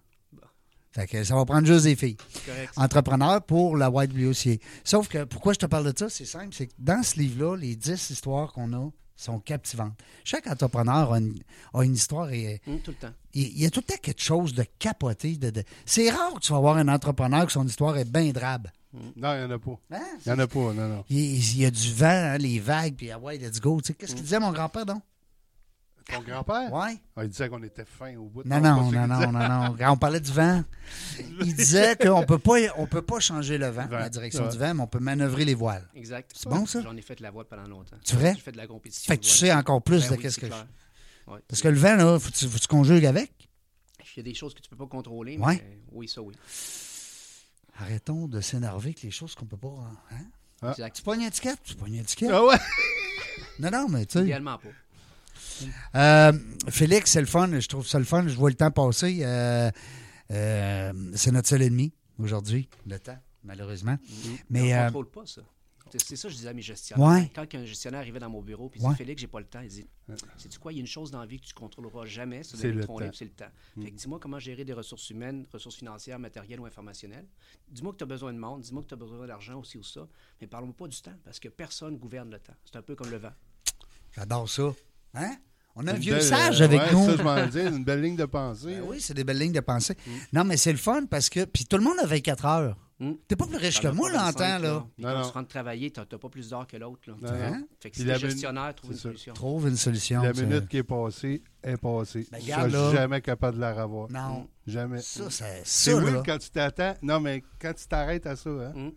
Speaker 1: Fait que ça va prendre juste des filles.
Speaker 3: C'est correct.
Speaker 1: Entrepreneurs pour la YWCA. Sauf que, pourquoi je te parle de ça, c'est simple, c'est que dans ce livre-là, les 10 histoires qu'on a sont captivantes. Chaque entrepreneur a une, a une histoire et
Speaker 3: Hum, tout le temps.
Speaker 1: il il y a tout le temps quelque chose de capoté. De, de- C'est rare que tu vas voir un entrepreneur que son histoire est bien drabe.
Speaker 2: Non, il n'y en a pas.
Speaker 1: Hein?
Speaker 2: Il n'y en a pas, non, non.
Speaker 1: Il, il y a du vent, hein, les vagues, puis ah ouais, let's go. Tu sais, qu'est-ce qu'il disait mon grand-père, donc?
Speaker 2: Ton grand-père?
Speaker 1: Ouais.
Speaker 2: Ah, il disait qu'on était fin au bout.
Speaker 1: Non,
Speaker 2: pas
Speaker 1: non,
Speaker 2: ce
Speaker 1: non,
Speaker 2: qu'il
Speaker 1: non,
Speaker 2: disait.
Speaker 1: non, non. Quand on parlait du vent, il disait qu'on peut pas, on peut pas changer le vent,
Speaker 2: Vent,
Speaker 1: la direction
Speaker 2: ouais.
Speaker 1: du vent, mais on peut manœuvrer les voiles.
Speaker 3: Exact.
Speaker 1: C'est bon, ça?
Speaker 3: J'en ai fait de la voile pendant longtemps.
Speaker 1: C'est vrai?
Speaker 3: J'ai fait de la compétition.
Speaker 1: Fait que tu
Speaker 3: de voile.
Speaker 1: sais encore plus
Speaker 3: Ben
Speaker 1: de
Speaker 3: oui,
Speaker 1: qu'est-ce
Speaker 3: c'est
Speaker 1: que.
Speaker 3: clair. Ouais.
Speaker 1: Parce que le vent, là, faut que tu, faut que tu conjugues avec.
Speaker 3: Il y a des choses que tu peux pas contrôler.
Speaker 1: Ouais.
Speaker 3: mais, euh, oui, ça oui.
Speaker 1: Arrêtons de s'énerver avec les choses qu'on peut pas. Hein?
Speaker 2: Ah.
Speaker 1: Tu pognes une étiquette? Tu pognes une étiquette?
Speaker 2: Ah ouais?
Speaker 1: Non, non, mais tu sais.
Speaker 3: Idéalement pas.
Speaker 1: Euh, Félix, c'est le fun. Je trouve ça le fun. Je vois le temps passer. Euh, euh, c'est notre seul ennemi aujourd'hui, le temps, malheureusement.
Speaker 2: Mm-hmm.
Speaker 1: Mais
Speaker 3: on
Speaker 1: euh,
Speaker 3: contrôle pas ça. C'est- C'est ça que je disais à mes gestionnaires.
Speaker 1: Ouais.
Speaker 3: Quand un gestionnaire arrivait dans mon bureau et dit
Speaker 1: Ouais.
Speaker 3: Félix, j'ai pas le temps, il dit C'est-tu quoi Il y a une chose dans la vie que tu contrôleras jamais, c'est de
Speaker 2: C'est le
Speaker 3: lire ton
Speaker 2: temps. Mm.
Speaker 3: livre, c'est le temps. Fait que dis-moi comment gérer des ressources humaines, ressources financières, matérielles ou informationnelles. Dis-moi que tu as besoin de monde, dis-moi que tu as besoin d'argent aussi ou ça. Mais parlons pas du temps parce que personne gouverne le temps. C'est un peu comme le vent.
Speaker 1: j'adore ça. Hein? On a un
Speaker 2: Une
Speaker 1: vieux
Speaker 2: belle,
Speaker 1: sage
Speaker 2: euh,
Speaker 1: avec
Speaker 2: ouais,
Speaker 1: nous.
Speaker 2: Ça, je m'en Mm. dis, une belle ligne de pensée.
Speaker 1: Ben
Speaker 2: hein.
Speaker 1: oui, c'est des belles lignes de pensée. Non, mais c'est le fun parce que. Puis tout le monde a 24 heures.
Speaker 3: Mm.
Speaker 1: T'es pas plus riche que
Speaker 3: T'en as
Speaker 1: moi,
Speaker 3: pas 25,
Speaker 1: longtemps, là.
Speaker 3: Puis
Speaker 2: Non,
Speaker 3: quand
Speaker 2: non.
Speaker 3: tu rentres travailler, tu n'as pas plus d'heures que l'autre. là.
Speaker 2: Non, non.
Speaker 1: Hein?
Speaker 3: Fait que
Speaker 2: Puis
Speaker 3: si
Speaker 2: la
Speaker 3: le
Speaker 2: minute-
Speaker 3: gestionnaire trouve une
Speaker 2: c'est ça.
Speaker 3: solution.
Speaker 1: Trouve une solution.
Speaker 2: La
Speaker 1: ça.
Speaker 2: minute qui est passée est passée.
Speaker 1: Ben,
Speaker 2: je
Speaker 1: regarde,
Speaker 2: ne
Speaker 1: là.
Speaker 2: suis jamais capable de la revoir.
Speaker 1: Non.
Speaker 2: Jamais.
Speaker 1: Ça, c'est
Speaker 2: C'est
Speaker 1: ça, là.
Speaker 2: weird quand tu t'attends. Non, mais quand tu t'arrêtes à ça, hein,
Speaker 3: Mm.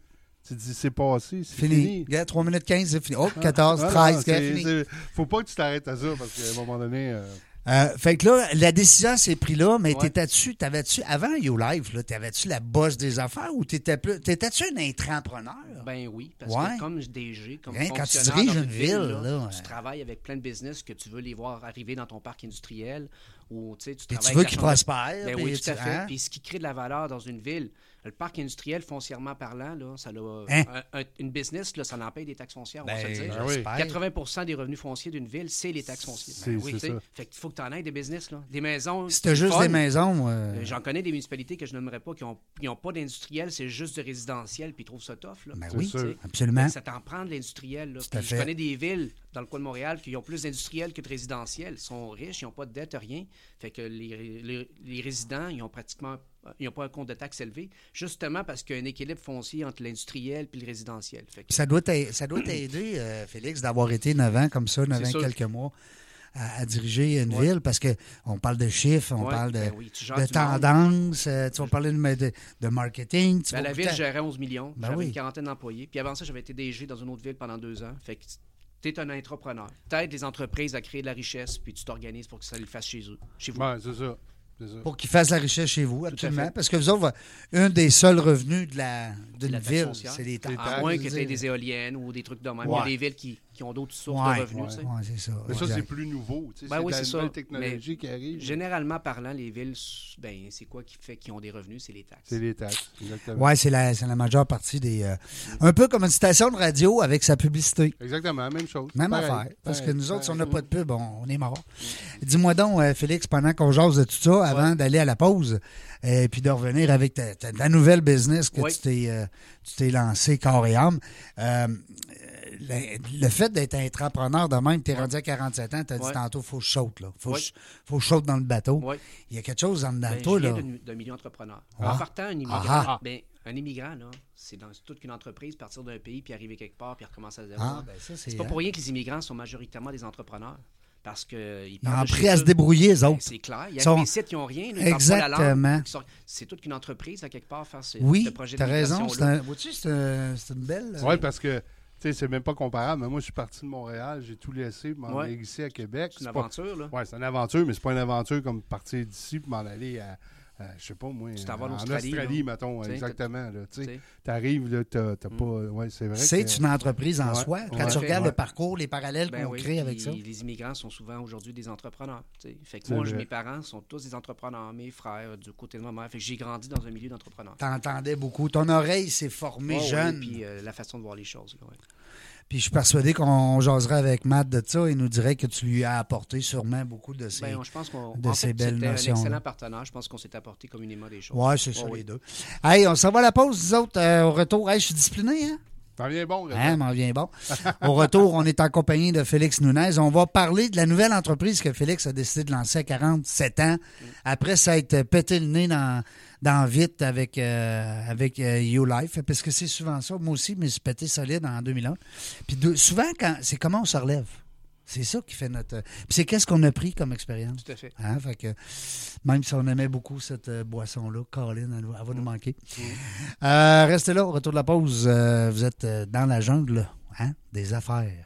Speaker 2: tu te dis c'est passé, c'est
Speaker 1: Fini.
Speaker 2: fini.
Speaker 1: Regarde, 3 minutes 15, c'est fini. Oh, 14,
Speaker 2: Ah, non,
Speaker 1: 13,
Speaker 2: c'est-
Speaker 1: regarde, fini.
Speaker 2: c'est- Faut pas que tu t'arrêtes à ça parce qu'à un moment donné. euh,
Speaker 1: Euh, fait que là, la décision s'est prise là, mais
Speaker 3: Ouais.
Speaker 1: t'étais-tu, t'avais-tu, avant You Live, là, t'avais-tu la bosse des affaires ou t'étais plus, t'étais-tu un intrapreneur?
Speaker 3: Ben oui, parce
Speaker 1: Ouais.
Speaker 3: que comme DG, comme
Speaker 1: Hein, quand tu
Speaker 3: fonctionnaire
Speaker 1: diriges
Speaker 3: dans
Speaker 1: une ville,
Speaker 3: là,
Speaker 1: là,
Speaker 3: tu
Speaker 1: euh,
Speaker 3: travailles avec plein de business que tu veux les voir arriver dans ton parc industriel ou tu sais, tu
Speaker 1: Puis
Speaker 3: travailles
Speaker 1: tu veux
Speaker 3: avec la
Speaker 1: qu'il
Speaker 3: chambre de-
Speaker 1: prospère.
Speaker 3: Ben
Speaker 1: puis
Speaker 3: oui, tout à
Speaker 1: tu-
Speaker 3: fait.
Speaker 1: hein?
Speaker 3: Puis ce qui crée de la valeur dans une ville, le parc industriel, foncièrement parlant, là, ça l'a-
Speaker 1: Hein?
Speaker 3: un- un- une business, là, ça en paye des taxes foncières, on va se le
Speaker 1: Ben,
Speaker 3: dire.
Speaker 2: Ah oui.
Speaker 1: j'espère.
Speaker 3: 80 des revenus fonciers d'une ville, c'est les taxes foncières. Ben
Speaker 2: C'est-
Speaker 3: oui,
Speaker 2: c'est
Speaker 3: tu sais.
Speaker 2: ça.
Speaker 3: Fait qu'il faut que tu en aies des business, là. Des maisons.
Speaker 1: Si t'as juste
Speaker 3: fun.
Speaker 1: des maisons, euh,
Speaker 3: Euh, J'en connais des municipalités que je nommerai pas qui n'ont pas d'industriel, c'est juste du résidentiel, puis ils trouvent ça tough. Là.
Speaker 1: ben
Speaker 2: c'est
Speaker 1: oui,
Speaker 2: sûr.
Speaker 1: absolument.
Speaker 3: Ça t'en prend de l'industriel. là.
Speaker 1: à
Speaker 3: Puis Je
Speaker 1: fait.
Speaker 3: connais des villes dans le coin de Montréal qui ont plus d'industriel que de résidentiel. Ils sont riches, ils n'ont pas de dette, rien. Fait que les, ré- les- les résidents, ils ont pratiquement ils n'ont pas un compte de taxe élevé, justement parce qu'il y a un équilibre foncier entre l'industriel et le résidentiel. Fait que-
Speaker 1: Puis ça doit t'a- ça doit t'aider, euh, Félix, d'avoir été 9 ans comme ça, 9
Speaker 3: C'est
Speaker 1: ans et
Speaker 3: sûr.
Speaker 1: quelques mois, à, à diriger une
Speaker 3: Ouais.
Speaker 1: ville, parce que on parle de chiffres, on
Speaker 3: Ouais,
Speaker 1: parle de,
Speaker 3: ben oui, tu gères
Speaker 1: de
Speaker 3: du monde.
Speaker 1: tendances, euh, tu vas parler de, de- de marketing. Tu
Speaker 3: Ben,
Speaker 1: vas
Speaker 3: la
Speaker 1: goûter
Speaker 3: ville
Speaker 1: à-
Speaker 3: gérait 11 millions.
Speaker 1: Ben
Speaker 3: J'avais
Speaker 1: oui.
Speaker 3: une quarantaine d'employés. Puis avant ça, j'avais été DG dans une autre ville pendant deux ans. Fait que t'es un entrepreneur. T'aides les entreprises à créer de la richesse, puis tu t'organises pour que ça le fasse chez eux. Chez vous.
Speaker 2: ouais, c'est ça. C'est ça.
Speaker 1: Pour qu'ils fassent la richesse chez vous, absolument.
Speaker 3: fait.
Speaker 1: Parce que vous autres, un des seuls revenus de la, d'une
Speaker 3: la taxe
Speaker 1: ville,
Speaker 3: foncière.
Speaker 1: c'est les taxes.
Speaker 2: Les
Speaker 3: À moins que tu aies des éoliennes ou des trucs de même. Il y
Speaker 1: Ouais.
Speaker 3: a des villes qui, qui ont d'autres sources
Speaker 1: Ouais,
Speaker 3: de revenus. tu sais.
Speaker 1: Ouais, c'est ça.
Speaker 2: Mais ça,
Speaker 1: exact.
Speaker 2: c'est plus nouveau. tu sais,
Speaker 3: Ben
Speaker 2: c'est
Speaker 3: oui,
Speaker 2: de la
Speaker 3: c'est ça.
Speaker 2: nouvelle technologie
Speaker 3: Mais
Speaker 2: qui arrive.
Speaker 3: Généralement parlant, les villes, ben, c'est quoi qui fait qu'ils ont des revenus? C'est les taxes.
Speaker 2: C'est les taxes. Exactement.
Speaker 1: Ouais, c'est la, c'est la majeure partie des. euh, un peu comme une station de radio avec sa publicité.
Speaker 2: Exactement, même chose.
Speaker 1: Même
Speaker 2: Pareil,
Speaker 1: affaire. Parce que
Speaker 2: pareil,
Speaker 1: nous autres, si on n'a
Speaker 2: pareil.
Speaker 1: pas de pub, on, on est mort. Dis-moi donc, euh, Félix, pendant qu'on jase de tout ça, avant d'aller à la pause, et puis de revenir avec ta, ta- ta nouvelle business que
Speaker 3: Oui.
Speaker 1: tu t'es euh, tu t'es lancé corps et âme, euh, le, le fait d'être entrepreneur de même, t'es rendu à 47 ans, t'as dit
Speaker 3: Ouais.
Speaker 1: tantôt, faut que je saute, là. Faut, que
Speaker 3: Ouais.
Speaker 1: je- faut que je saute dans le bateau.
Speaker 3: Ouais.
Speaker 1: Il y a quelque chose en dedans de
Speaker 3: Ben,
Speaker 1: toi,
Speaker 3: je viens
Speaker 1: là.
Speaker 3: d'un- d'un milieu entrepreneur.
Speaker 1: Ah.
Speaker 3: En partant, un immigrant,
Speaker 1: Ah.
Speaker 3: ben, un immigrant, là, c'est dans toute qu'une entreprise, partir d'un pays, puis arriver quelque part, puis recommencer à zéro.
Speaker 1: Ah, ben ça, c'est.
Speaker 3: C'est pas pour rien que les immigrants sont majoritairement des entrepreneurs. Parce euh, qu'ils
Speaker 1: Ils ont
Speaker 3: partent de
Speaker 1: appris
Speaker 3: chez
Speaker 1: à
Speaker 3: eux.
Speaker 1: se débrouiller, les
Speaker 3: Ben,
Speaker 1: autres.
Speaker 3: C'est clair. Il y
Speaker 1: Ils
Speaker 3: a
Speaker 1: sont-
Speaker 3: des sites qui n'ont rien. là, ils parlent pas la langue,
Speaker 1: Exactement.
Speaker 3: ils sont- C'est toute une entreprise, à quelque part, faire ce,
Speaker 1: Oui,
Speaker 3: ce projet de
Speaker 1: t'as raison. C'est
Speaker 3: migration-là.
Speaker 1: un- vois-tu, c'est un- c'est une belle. euh,
Speaker 2: Oui, parce que, tu sais, c'est même pas comparable. Mais moi, je suis parti de Montréal, j'ai tout laissé, m'en
Speaker 3: Ouais.
Speaker 2: aller ici à Québec.
Speaker 3: C'est une
Speaker 2: pas-
Speaker 3: aventure, là.
Speaker 2: Ouais, c'est une aventure, mais c'est pas une aventure comme partir d'ici pour m'en aller à, à euh, je sais pas moi,
Speaker 3: Tu t'en vas en
Speaker 2: en
Speaker 3: Australie,
Speaker 2: Australie, mettons,
Speaker 3: Tu sais,
Speaker 2: exactement. là, Tu
Speaker 3: tu sais.
Speaker 2: sais, t'arrives, là, t'as t'as
Speaker 3: Mm.
Speaker 2: pas... Ouais, c'est vrai
Speaker 1: C'est
Speaker 2: que-
Speaker 1: une entreprise en
Speaker 2: euh, Ouais,
Speaker 1: soi.
Speaker 2: ouais,
Speaker 1: Quand tu
Speaker 3: ouais.
Speaker 1: regardes
Speaker 2: Ouais.
Speaker 1: le parcours, les parallèles
Speaker 3: Ben
Speaker 1: qu'on
Speaker 3: oui,
Speaker 1: crée avec
Speaker 3: puis
Speaker 1: ça.
Speaker 3: Les immigrants sont souvent aujourd'hui des entrepreneurs. tu sais. Fait que
Speaker 2: C'est
Speaker 3: moi,
Speaker 2: vrai.
Speaker 3: mes parents sont tous des entrepreneurs, mes frères du côté de ma mère. Fait que j'ai grandi dans un milieu d'entrepreneurs.
Speaker 1: T'entendais beaucoup. Ton oreille s'est formée
Speaker 3: Oh, oui,
Speaker 1: jeune.
Speaker 3: puis euh, la façon de voir les choses. là, ouais.
Speaker 1: Puis je suis persuadé qu'on jaserait avec Matt de ça et nous dirait que tu lui as apporté sûrement beaucoup de ces.
Speaker 3: Ben, on- je pense qu'on
Speaker 1: de
Speaker 3: en
Speaker 1: ces
Speaker 3: fait,
Speaker 1: belles
Speaker 3: c'était un
Speaker 1: notions,
Speaker 3: excellent
Speaker 1: là.
Speaker 3: partenaire. Je pense qu'on s'est apporté communément des choses.
Speaker 1: ouais, c'est ça,
Speaker 3: Oh, oui.
Speaker 1: les deux. Hey, on s'en va à la pause, nous autres. euh, au retour, hey, je suis discipliné, hein?
Speaker 2: T'en viens bon, là.
Speaker 1: Hein, m'en vient bon. Au retour, on est en compagnie de Félix Nunez. On va parler de la nouvelle entreprise que Félix a décidé de lancer à 47 ans, après s'être pété le nez dans, dans Vite avec, euh, avec euh, YouLife, parce que c'est souvent ça. Moi aussi, je me suis pété solide en 2001. Puis de- souvent, quand, c'est comment on se relève. C'est ça qui fait notre... Puis c'est qu'est-ce qu'on a pris comme expérience.
Speaker 3: Tout à fait.
Speaker 1: Hein, fait que, même si on aimait beaucoup cette euh, boisson-là, Colin, elle, va- elle va nous manquer. Euh, restez là, au retour de la pause. euh, vous êtes euh, dans la jungle hein, des affaires.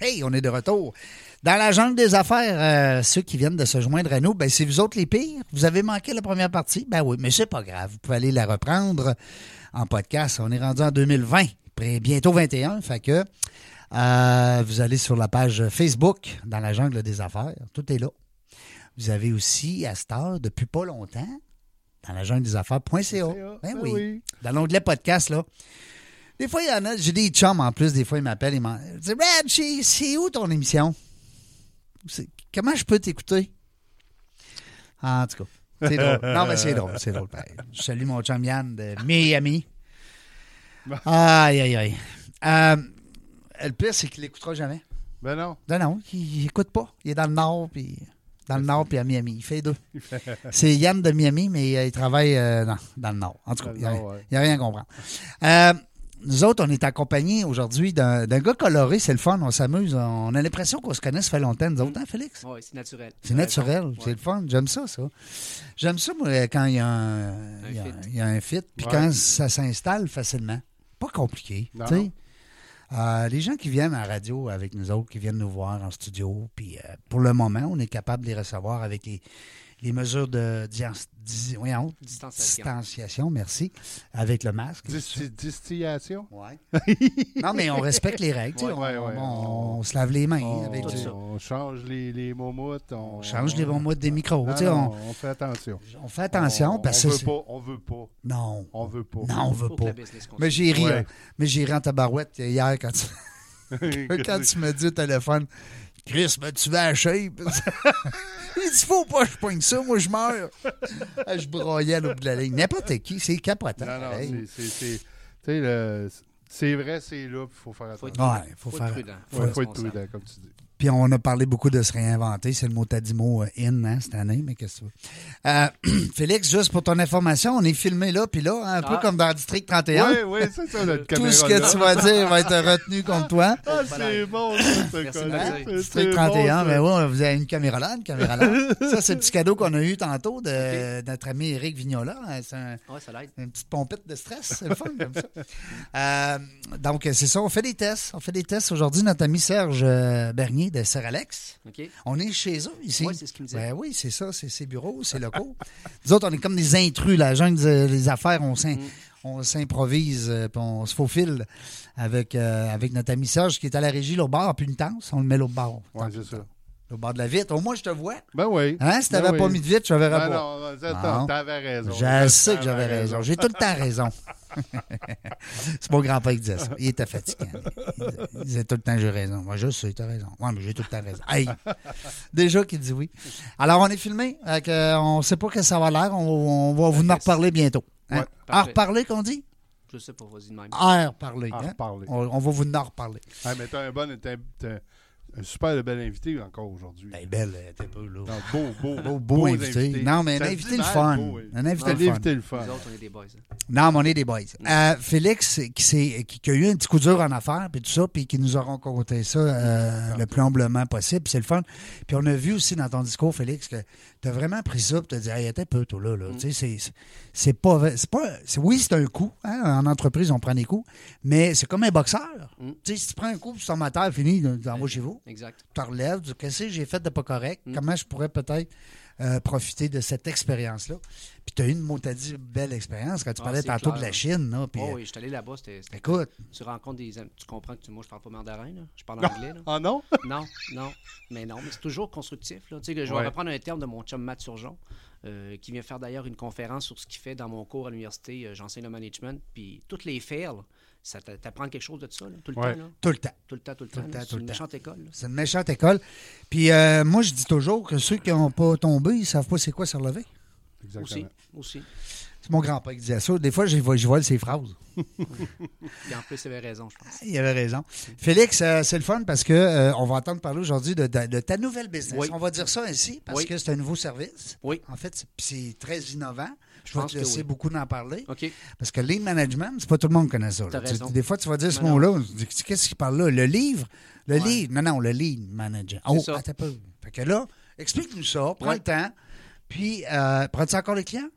Speaker 1: Hey, on est de retour. Dans la jungle des affaires, euh, ceux qui viennent de se joindre à nous, ben, c'est vous autres les pires. Vous avez manqué la première partie. Ben oui, mais c'est pas grave. Vous pouvez aller la reprendre en podcast. On est rendu en 2020, près- bientôt 21. Fait que euh, vous allez sur la page Facebook dans la jungle des affaires. Tout est là. Vous avez aussi, à cette heure, depuis pas longtemps, dans la jungle des affaires.ca.
Speaker 2: Ben
Speaker 1: Ben
Speaker 2: oui.
Speaker 1: oui dans l'onglet podcast, là. Des fois, il y en a, j'ai des chums en plus, des fois, ils m'appellent, ils m'en ils disent Brad, c'est- c'est où ton émission C'est- Comment je peux t'écouter En tout cas, c'est drôle. Non, mais c'est drôle, c'est drôle. pareil. Je salue mon chum Yann de Miami. Aïe, aïe, aïe. Euh, le pire, c'est qu'il l'écoutera jamais.
Speaker 2: Ben non.
Speaker 1: Non, non, il n'écoute pas. Il est dans le Nord, puis dans le Nord, puis à Miami. Il fait les deux. C'est Yann de Miami, mais euh, il travaille euh, dans, dans le Nord. En tout cas,
Speaker 2: Dans le
Speaker 1: il n'y a,
Speaker 2: Nord, Ben ouais.
Speaker 1: il y a rien à comprendre. Euh, nous autres, on est accompagnés aujourd'hui d'un d'un gars coloré. C'est le fun, on s'amuse. On a l'impression qu'on se connaît, ça fait longtemps. Nous autres, hein, Félix?
Speaker 3: Ouais, c'est naturel.
Speaker 1: C'est
Speaker 3: T'as
Speaker 1: naturel,
Speaker 3: raison.
Speaker 1: c'est
Speaker 3: Ouais.
Speaker 1: le fun. J'aime ça, ça. J'aime ça, moi, quand il y a un, il y a-
Speaker 3: fit.
Speaker 1: il y a un fit, puis
Speaker 2: Ouais.
Speaker 1: quand ça s'installe facilement. Pas compliqué,
Speaker 2: Non.
Speaker 1: tu sais. Euh, les gens qui viennent à la radio avec nous autres, qui viennent nous voir en studio, puis euh, pour le moment, on est capable de les recevoir avec les, les mesures de dian- di- voyons,
Speaker 3: Distanciation.
Speaker 1: distanciation, merci, avec le masque.
Speaker 2: Dis- c'est Distillation?
Speaker 1: Ouais. non, mais on respecte les règles. tu sais,
Speaker 2: Ouais,
Speaker 1: on,
Speaker 2: ouais, ouais. Oh,
Speaker 1: on- on se lave les mains. avec
Speaker 2: on,
Speaker 1: du-
Speaker 2: on change les, les moumoutes. On,
Speaker 1: on change les bons mots des micros.
Speaker 2: Non,
Speaker 1: tu sais,
Speaker 2: non,
Speaker 1: on,
Speaker 2: on fait attention.
Speaker 1: on fait attention
Speaker 2: on,
Speaker 1: parce
Speaker 2: on
Speaker 1: que
Speaker 2: veut
Speaker 1: c'est-
Speaker 2: pas, on veut pas,
Speaker 1: Non.
Speaker 2: on veut pas.
Speaker 1: Non, on veut
Speaker 3: Faut que
Speaker 1: pas.
Speaker 3: la business continue.
Speaker 1: Mais j'ai ri.
Speaker 2: Ouais.
Speaker 1: hein. Mais j'ai ri en tabarouette hier quand tu, quand tu me dis au téléphone Chris, ben tu vas acheter. Il dit Faut pas que je poigne ça, moi je meurs. Ah, je broyais à l'autre bout de la ligne. N'importe qui, c'est capotant.
Speaker 2: Non, non,
Speaker 1: pareil.
Speaker 2: c'est- c'est- c'est- tu sais, le- c'est vrai, c'est là, il faut faire
Speaker 3: Faut
Speaker 2: attention.
Speaker 3: être-
Speaker 1: Ouais, faut,
Speaker 3: Faut être
Speaker 1: faire.
Speaker 3: prudent.
Speaker 2: Il faut, être
Speaker 3: responsable.
Speaker 2: prudent, comme tu dis.
Speaker 1: Puis on a parlé beaucoup de se réinventer. C'est le mot t'as dit mot euh, in hein, cette année, mais qu'est-ce que tu veux. Euh, Félix, juste pour ton information, on est filmé là, puis là, hein, un peu
Speaker 3: Ah.
Speaker 1: comme dans District 31.
Speaker 2: Oui, oui, c'est ça, notre caméra.
Speaker 1: Tout ce que tu vas dire va être retenu contre toi.
Speaker 2: Ah, c'est bon, ça, ce
Speaker 3: Merci de
Speaker 2: collègue.
Speaker 3: le dire.
Speaker 2: C'est-
Speaker 1: District
Speaker 2: c'est
Speaker 1: 31,
Speaker 2: bon,
Speaker 1: hein, mais
Speaker 2: ça.
Speaker 1: oui, vous avez une caméra là, une caméra là. Ça, c'est le petit cadeau qu'on a eu tantôt de notre ami Eric Vignola. hein, C'est un-
Speaker 3: Ouais, ça l'aide.
Speaker 1: une petite pompette de stress, c'est le fun comme ça. Euh, donc, c'est ça, on fait des tests. On fait des tests aujourd'hui. Notre ami Serge euh, Bernier de Seralex,
Speaker 3: OK?
Speaker 1: on est chez eux ici.
Speaker 3: Ouais, c'est ce qu'il me disait.
Speaker 1: Ben oui, c'est ça, c'est ses bureaux, c'est locaux. Nous autres, on est comme des intrus, la jungle des des affaires, on s'in-
Speaker 3: Mm.
Speaker 1: on s'improvise, euh, puis on se faufile avec, euh, avec notre ami Serge qui est à la régie, l'autre bord, en punitance, on le met l'autre bord.
Speaker 2: Ouais, c'est ça.
Speaker 1: au bord de la vitre. Au moins, je te vois.
Speaker 2: Ben oui.
Speaker 1: Hein? Si
Speaker 2: Ben
Speaker 1: t'avais pas
Speaker 2: oui.
Speaker 1: mis de vitre, je verrais
Speaker 2: Ben
Speaker 1: pas.
Speaker 2: non, attends,
Speaker 1: Bon.
Speaker 2: t'avais raison.
Speaker 1: Je sais que
Speaker 2: T'avais
Speaker 1: j'avais raison. J'ai tout le temps raison. c'est mon grand-père qui disait ça. Il était fatiguant. Il disait- Il disait tout le temps j'ai raison. Moi, je sais, t'as raison. Oui, mais j'ai tout le temps raison. Hey! Déjà qu'il dit oui. Alors, on est filmé. Fait que, euh, on ne sait pas que ça va l'air. On, on va vous en reparler bientôt. Hein?
Speaker 2: Ouais,
Speaker 1: en
Speaker 3: parfait.
Speaker 1: reparler, qu'on dit?
Speaker 3: Je sais pas, vas-y de même.
Speaker 1: En reparler.
Speaker 2: En
Speaker 1: hein?
Speaker 2: reparler.
Speaker 1: On, on va vous en reparler.
Speaker 2: Ah, mais t'as un bon, t'as un, t'as un super bel invité encore aujourd'hui.
Speaker 1: Ben, belle, euh, t'es beau, là.
Speaker 2: Non, beau, beau,
Speaker 1: Beau, beau invité. Non, mais un
Speaker 2: Ça
Speaker 1: invité le
Speaker 2: dit mal,
Speaker 1: fun.
Speaker 2: beau, oui.
Speaker 1: Un invité
Speaker 2: Non,
Speaker 1: le fun.
Speaker 2: le fun.
Speaker 3: Nous autres, on est des boys. hein.
Speaker 1: Non, mais on est des boys. Euh, Félix, qui, s'est- qui, qui a eu un petit coup dur en affaires, puis tout ça, puis qui nous a raconté ça euh, le plus humblement possible, puis c'est le fun. Puis on a vu aussi dans ton discours, Félix, que tu as vraiment pris ça, puis tu as dit, hey, attends un peu, toi, là. là. Tu sais, c'est- c'est- c'est pas. vrai- c'est pas c'est- oui, c'est un coup. hein, En entreprise, on prend des coups, mais c'est comme un boxeur.
Speaker 3: Mm.
Speaker 1: Tu sais, si tu prends un coup, puis tu tombes à terre, fini, t'en vas chez vous
Speaker 3: Exact.
Speaker 1: te relèves, du qu'est-ce que j'ai fait de pas correct,
Speaker 3: Mm.
Speaker 1: comment je pourrais peut-être euh, profiter de cette expérience-là. Puis tu as eu une, mon- t'as dit, belle expérience quand tu
Speaker 3: Ah,
Speaker 1: parlais
Speaker 3: c'est
Speaker 1: tantôt
Speaker 3: clair.
Speaker 1: de la Chine. Là, puis,
Speaker 3: Oh,
Speaker 1: euh,
Speaker 3: oui, je suis allé là-bas, c'était. c'était-
Speaker 1: Écoute,
Speaker 3: Tu rencontres des. am- Tu comprends que tu, moi, je parle pas mandarin, là. Je parle anglais, là.
Speaker 2: Ah non?
Speaker 3: Non, non, mais non, mais c'est toujours constructif. Là. Tu sais, que je vais
Speaker 2: Ouais.
Speaker 3: reprendre un terme de mon chum Matt Surgeon, euh, qui vient faire d'ailleurs une conférence sur ce qu'il fait dans mon cours à l'université. euh, J'enseigne le management. Puis toutes les faire, là, ça t'a- t'apprends quelque chose de ça, là, tout le
Speaker 2: Ouais.
Speaker 3: temps. Là.
Speaker 1: tout le temps.
Speaker 3: Tout le temps, tout le
Speaker 1: Tout le
Speaker 3: temps.
Speaker 1: temps,
Speaker 3: là.
Speaker 1: tout
Speaker 3: C'est
Speaker 1: le
Speaker 3: une
Speaker 1: temps.
Speaker 3: méchante école. là.
Speaker 1: C'est une méchante école. Puis euh, moi, je dis toujours que ceux qui n'ont pas tombé, ils savent pas c'est quoi se relever.
Speaker 3: Aussi,
Speaker 2: Exactement.
Speaker 3: aussi.
Speaker 1: C'est mon grand-père qui disait ça. Des fois, j'y vois, j'y vole ses phrases. Ah,
Speaker 3: Puis en plus, il avait raison, je pense.
Speaker 1: Il avait raison. Félix, euh, c'est le fun parce que euh, on va entendre parler aujourd'hui de, de- de ta nouvelle business.
Speaker 3: Oui.
Speaker 1: On va dire ça ainsi parce
Speaker 3: Oui.
Speaker 1: que c'est un nouveau service.
Speaker 3: Oui.
Speaker 1: En fait, c'est- puis c'est très innovant. Je,
Speaker 3: pense
Speaker 1: vais te
Speaker 3: que
Speaker 1: laisser
Speaker 3: oui.
Speaker 1: beaucoup d'en parler.
Speaker 3: OK.
Speaker 1: Parce que lead management, c'est pas tout le monde qui connaît ça.
Speaker 3: T'as
Speaker 1: là. Tu-
Speaker 3: raison.
Speaker 1: des fois, tu vas dire ce
Speaker 3: Mais non.
Speaker 1: mot-là, on se dit, qu'est-ce qu'il parle là? Le livre? Le
Speaker 3: Ouais.
Speaker 1: livre? Non, non, le lead manager.
Speaker 3: C'est
Speaker 1: Oh,
Speaker 3: ça.
Speaker 1: attends un peu. Fait que là, explique-nous ça, prends
Speaker 3: Ouais.
Speaker 1: le temps, puis euh, prends-tu encore les clients?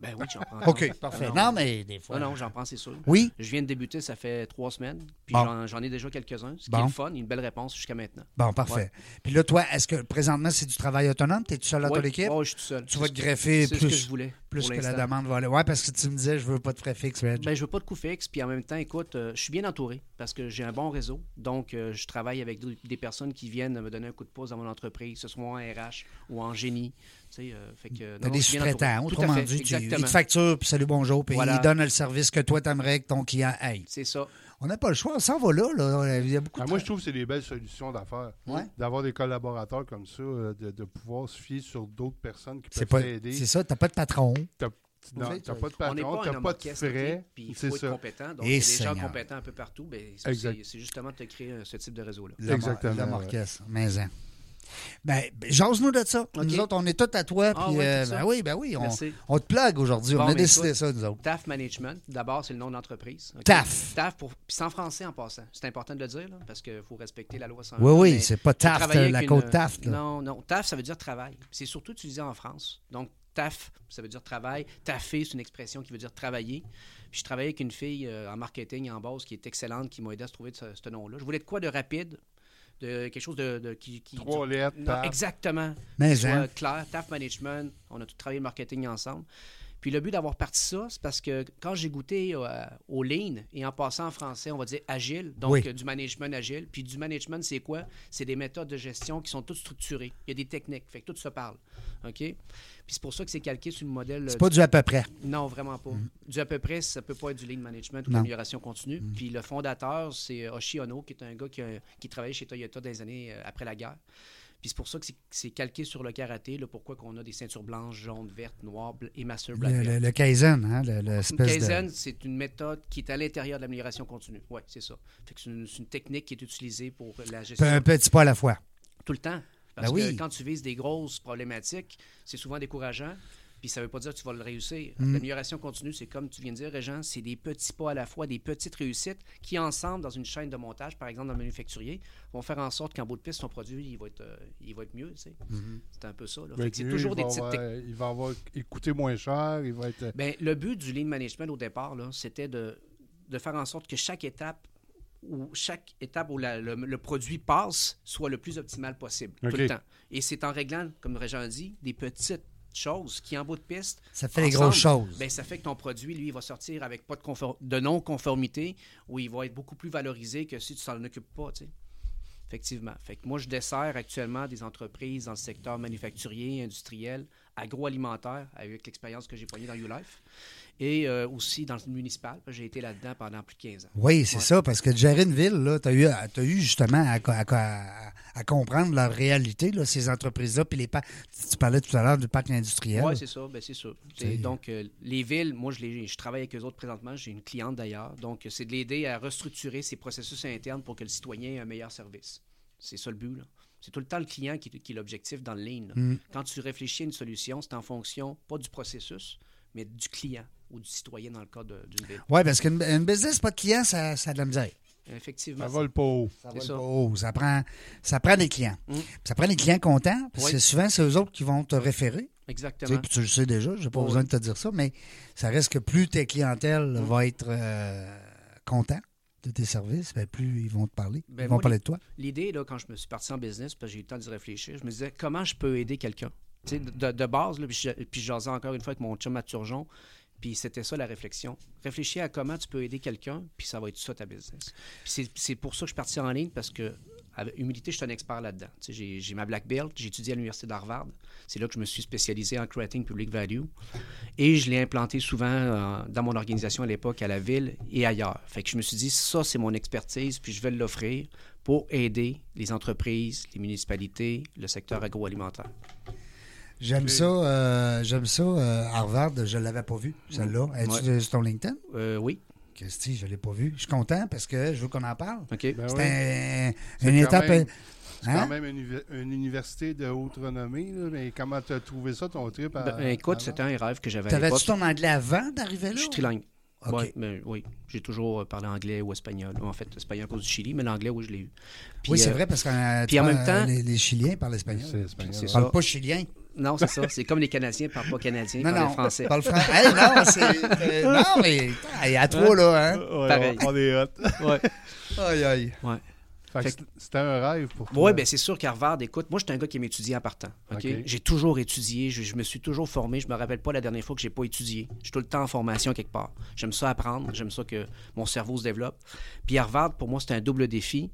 Speaker 3: Ben oui, j'en prends.
Speaker 1: OK, parfait.
Speaker 3: Non, Ah
Speaker 1: Non, mais des fois...
Speaker 3: Non, non, j'en prends, c'est sûr.
Speaker 1: Oui?
Speaker 3: Je viens de débuter, ça fait trois semaines, puis
Speaker 1: Bon.
Speaker 3: j'en- j'en ai déjà quelques-uns. Ce qui
Speaker 1: Bon.
Speaker 3: est le fun, une belle réponse jusqu'à maintenant.
Speaker 1: Bon, parfait.
Speaker 3: Ouais.
Speaker 1: Puis là, toi, est-ce que présentement, c'est du travail autonome? T'es-tu seul dans
Speaker 3: Ouais.
Speaker 1: ton équipe?
Speaker 3: Ouais, je suis tout seul.
Speaker 1: tu vas te greffer
Speaker 3: C'est ce que je
Speaker 1: plus,
Speaker 3: voulais.
Speaker 1: plus
Speaker 3: pour
Speaker 1: que la
Speaker 3: l'instant.
Speaker 1: demande va aller. Ouais, parce que tu me disais, je veux pas de frais fixes, Reg.
Speaker 3: Ben, je veux pas de coup fixe, puis en même temps, écoute, euh, je suis bien entouré parce que j'ai un bon réseau. Donc, euh, je travaille avec d- des personnes qui viennent me donner un coup de pouce dans mon entreprise, que ce soit en RH ou en génie. Tu sais, euh, fait que, non,
Speaker 1: T'as
Speaker 3: non,
Speaker 1: des
Speaker 3: je suis bien
Speaker 1: sous-traitants,
Speaker 3: entouré. Tout à
Speaker 1: autrement
Speaker 3: fait,
Speaker 1: dit, tu, ils
Speaker 3: exactement.
Speaker 1: te facturent, puis salut, bonjour, puis
Speaker 3: Voilà.
Speaker 1: ils donnent le service que toi, t'aimerais que ton client aille.
Speaker 3: C'est ça.
Speaker 1: On n'a pas le choix, on s'en va là, là. Il y a beaucoup
Speaker 2: Ah,
Speaker 1: de-
Speaker 2: moi, je trouve que c'est des belles solutions d'affaires.
Speaker 1: Ouais.
Speaker 2: D'avoir des collaborateurs comme ça, euh, de, de pouvoir se fier sur d'autres personnes qui
Speaker 1: C'est
Speaker 2: peuvent
Speaker 1: pas-
Speaker 2: t'aider.
Speaker 1: c'est ça, t'as pas de patron.
Speaker 2: T'as non,
Speaker 1: savez,
Speaker 2: t'as
Speaker 1: ça-
Speaker 2: pas de
Speaker 3: on n'est
Speaker 2: patron,
Speaker 3: pas un
Speaker 2: t'as
Speaker 3: homme
Speaker 2: pas de
Speaker 3: orchestre, OK?
Speaker 2: frais.
Speaker 3: puis il faut
Speaker 2: C'est
Speaker 3: être
Speaker 2: ça.
Speaker 3: compétent.
Speaker 1: Et
Speaker 3: Donc, il y a des
Speaker 1: Seigneur.
Speaker 3: gens compétents un peu partout. Ben, c'est-
Speaker 2: Exact.
Speaker 3: c'est c'est justement de te créer euh, ce type de réseau-là.
Speaker 1: L'homme-
Speaker 2: Exactement,
Speaker 1: L'homme
Speaker 2: ouais.
Speaker 1: orchestre, mais hein. Ben, ben, jase-nous de ça. Nous autres, on est tous à toi.
Speaker 3: Ah
Speaker 1: puis,
Speaker 3: ouais,
Speaker 1: euh,
Speaker 3: tout ça.
Speaker 1: ben oui, ben oui, on,
Speaker 3: Merci.
Speaker 1: on te plague aujourd'hui.
Speaker 3: Bon,
Speaker 1: on a
Speaker 3: mais
Speaker 1: décidé
Speaker 3: écoute.
Speaker 1: ça, nous autres.
Speaker 3: TAF Management, d'abord, c'est le nom de l'entreprise. OK?
Speaker 1: TAF.
Speaker 3: TAF, pour... puis c'est en français en passant. C'est important de le dire, là, parce qu'il faut respecter la loi 101.
Speaker 1: Oui, oui,
Speaker 3: euh, mais
Speaker 1: c'est pas
Speaker 3: faut
Speaker 1: TAF,
Speaker 3: travailler
Speaker 1: euh,
Speaker 3: avec
Speaker 1: la
Speaker 3: une-
Speaker 1: côte TAF, là.
Speaker 3: Non, non. TAF, ça veut dire travail. C'est surtout utilisé en France. Donc, TAF, ça veut dire travail. TAFé, c'est une expression qui veut dire travailler. Puis je travaillais avec une fille euh, en marketing en base qui est excellente, qui m'a aidé à se trouver de ce, ce nom-là. Je voulais de quoi de rapide, de quelque chose de, de- qui, qui-
Speaker 2: Trois lettres.
Speaker 3: Non,
Speaker 2: taf.
Speaker 3: exactement.
Speaker 1: Mais
Speaker 3: Soit
Speaker 1: hein.
Speaker 3: clair, TAF Management, on a tout travaillé le marketing ensemble. Puis le but d'avoir parti ça, c'est parce que quand j'ai goûté euh, au Lean, et en passant en français, on va dire agile, donc
Speaker 1: Oui.
Speaker 3: euh, du management agile. Puis du management, c'est quoi? C'est des méthodes de gestion qui sont toutes structurées. Il y a des techniques, fait que tout se parle. OK? Puis c'est pour ça que c'est calqué sur le modèle... euh,
Speaker 1: C'est pas du à peu près.
Speaker 3: non, vraiment pas. Du à peu près, ça peut pas être du lean
Speaker 1: Mm-hmm.
Speaker 3: management ou
Speaker 1: Non. Mm-hmm.
Speaker 3: de l'amélioration continue. Puis le fondateur, c'est Hoshi Ono, qui est un gars qui, a- qui travaillait chez Toyota dans les années euh, après la guerre. Puis c'est pour ça que c'est- c'est calqué sur le karaté, là, pourquoi qu'on a des ceintures blanches, jaunes, vertes, noires bl- et master black
Speaker 1: Le,
Speaker 3: belt.
Speaker 1: le, le Kaizen, hein, le- le
Speaker 3: Une
Speaker 1: espèce de-
Speaker 3: Kaizen, c'est une méthode qui est à l'intérieur de l'amélioration continue. Oui, c'est ça. Fait que c'est une, c'est une technique qui est utilisée pour la gestion
Speaker 1: Un petit pas à la fois.
Speaker 3: tout le temps. Parce
Speaker 1: Ben
Speaker 3: que
Speaker 1: oui.
Speaker 3: quand tu vises des grosses problématiques, c'est souvent décourageant. Puis ça ne veut pas dire que tu vas le réussir.
Speaker 1: Mm.
Speaker 3: L'amélioration continue, c'est comme tu viens de dire, Régent, c'est des petits pas à la fois, des petites réussites qui, ensemble, dans une chaîne de montage, par exemple, dans le manufacturier, vont faire en sorte qu'en bout de piste, ton produit, il va être, euh, il va être mieux. tu sais.
Speaker 1: Mm-hmm.
Speaker 3: C'est un peu ça. là. Fait
Speaker 2: Il va
Speaker 3: que c'est
Speaker 2: être
Speaker 3: toujours
Speaker 2: Ben, mieux,
Speaker 3: des
Speaker 2: il va
Speaker 3: petites
Speaker 2: avoir-
Speaker 3: techniques.
Speaker 2: Il va avoir coûter moins cher, il va
Speaker 1: Euh,
Speaker 2: être...
Speaker 3: Ben, le but du lean management au départ, là, c'était de, de faire en sorte que chaque étape où, chaque étape où la- le, le produit passe soit le plus optimal possible tout le
Speaker 2: OK.
Speaker 3: temps. Et c'est en réglant, comme Régent a dit, des petites choses qui, en bout de piste,
Speaker 1: Ça fait les grosses choses.
Speaker 3: ben, ça fait que ton produit, lui, il va sortir avec pas de, confor- de non-conformité ou il va être beaucoup plus valorisé que si tu t'en occupes pas. tu sais. Fait Effectivement. Fait que moi, je dessers actuellement des entreprises dans le secteur manufacturier, industriel, agroalimentaire, avec l'expérience que j'ai pognée dans YouLife, et euh, aussi dans le municipal. J'ai été là-dedans pendant plus de 15 ans.
Speaker 1: Oui, c'est
Speaker 3: Ouais.
Speaker 1: ça, parce que de gérer une ville, là, t'as eu, à- t'as eu justement à, co- à co- à- à comprendre leur réalité, là, ces entreprises-là, puis les parcs. Tu parlais tout à l'heure du parc industriel.
Speaker 3: Oui, c'est ça, ben, c'est ça. C'est-
Speaker 1: C'est-
Speaker 3: donc, euh, les villes, moi, je, les- je travaille avec eux autres présentement. J'ai une cliente d'ailleurs. Donc, euh, c'est de l'aider à restructurer ses processus internes pour que le citoyen ait un meilleur service. C'est ça le but. là. C'est tout le temps le client qui, qui est l'objectif dans le ligne. là.
Speaker 1: Mm.
Speaker 3: Quand tu réfléchis à une solution, c'est en fonction, pas du processus, mais du client ou du citoyen dans le cas de- d'une ville.
Speaker 1: Oui, parce qu'une une business, pas de clients, ça, ça a de la misère.
Speaker 3: Effectivement.
Speaker 2: Ça vole pas haut.
Speaker 1: Ça,
Speaker 3: vole ça. pas
Speaker 1: ça, prend, ça prend des clients.
Speaker 3: Mm.
Speaker 1: Ça prend des clients contents, parce
Speaker 3: Oui.
Speaker 1: que souvent, c'est eux autres qui vont te référer. Tu sais,
Speaker 3: Exactement.
Speaker 1: puis tu le sais déjà, j'ai pas
Speaker 3: Oui.
Speaker 1: besoin de te dire ça, mais ça reste que plus ta clientèle
Speaker 3: Mm.
Speaker 1: va être euh, content de tes services, ben, plus ils vont te parler.
Speaker 3: Ben,
Speaker 1: ils vont
Speaker 3: moi,
Speaker 1: parler de toi.
Speaker 3: L'idée, là, quand je me suis parti en business, parce que j'ai eu le temps d'y réfléchir, je me disais comment je peux aider quelqu'un. Tu sais, De, de base, là, puis je puis je jasais encore une fois avec mon chum à Turgeon, puis c'était ça la réflexion. Réfléchis à comment tu peux aider quelqu'un, puis ça va être ça ta business. Puis c'est- C'est pour ça que je suis parti en ligne, parce que, avec humilité, je suis un expert là-dedans. Tu sais, J'ai j'ai ma black belt, j'ai étudié à l'Université d'Harvard. C'est là que je me suis spécialisé en creating public value. Et je l'ai implanté souvent euh, dans mon organisation à l'époque, à la ville et ailleurs. Fait que je me suis dit, ça, c'est mon expertise, puis je vais l'offrir pour aider les entreprises, les municipalités, le secteur agroalimentaire.
Speaker 1: J'aime ça, euh, j'aime ça, euh, Harvard, je l'avais pas vu, celle-là.
Speaker 3: Ouais.
Speaker 1: Es-tu sur ton LinkedIn?
Speaker 3: Euh, oui,
Speaker 1: Christy, je l'ai pas vu. Je suis content parce que je veux qu'on en parle.
Speaker 3: OK.
Speaker 2: Ben
Speaker 1: C'est
Speaker 2: oui.
Speaker 1: un- hein?
Speaker 2: C'est
Speaker 1: une
Speaker 2: quand
Speaker 1: étape.
Speaker 2: même- C'est
Speaker 1: hein?
Speaker 2: quand même une, uvi- une université de haute renommée, là, mais comment t'as trouvé ça, ton trip? à-
Speaker 3: Ben, écoute,
Speaker 2: à-
Speaker 3: c'était un rêve que j'avais à
Speaker 1: T'avais-tu
Speaker 3: l'époque.
Speaker 1: ton anglais avant d'arriver là?
Speaker 3: ben, Je suis trilingue.
Speaker 1: OK.
Speaker 3: Ouais, mais oui, j'ai toujours euh, parlé anglais ou espagnol. En fait, espagnol à cause du Chili, mais l'anglais, oui, je l'ai eu. Puis,
Speaker 1: oui, c'est
Speaker 3: euh,
Speaker 1: vrai, parce que euh,
Speaker 3: puis
Speaker 1: tu
Speaker 3: en
Speaker 1: vois,
Speaker 3: même temps-
Speaker 1: les, les Chiliens parlent espagnol.
Speaker 2: C'est espagnol.
Speaker 3: C'est
Speaker 2: ouais.
Speaker 1: Ils
Speaker 3: ça.
Speaker 1: parlent pas chilien.
Speaker 3: Non, c'est ça. C'est comme les Canadiens parlent pas canadien, ils
Speaker 1: non,
Speaker 3: parlent
Speaker 1: non.
Speaker 3: français.
Speaker 1: Ils parlent français. Hey, non, c'est- euh, non, mais il y a trois, là. Hein?
Speaker 2: Ouais,
Speaker 3: Pareil.
Speaker 2: On, on est hot.
Speaker 3: Ouais. oh.
Speaker 1: Aïe, aïe.
Speaker 3: Ouais.
Speaker 2: Fait que
Speaker 3: Fait
Speaker 2: c'est- C'était un rêve pour toi.
Speaker 3: Oui, bien ben, c'est sûr qu'Harvard, écoute, moi, j'étais un gars qui m'étudiait en partant. OK?
Speaker 2: OK.
Speaker 3: J'ai toujours étudié, je, je me suis toujours formé. Je me rappelle pas la dernière fois que j'ai pas étudié. Je suis tout le temps en formation quelque part. J'aime ça apprendre, j'aime ça que mon cerveau se développe. Puis Harvard, pour moi, c'était un double défi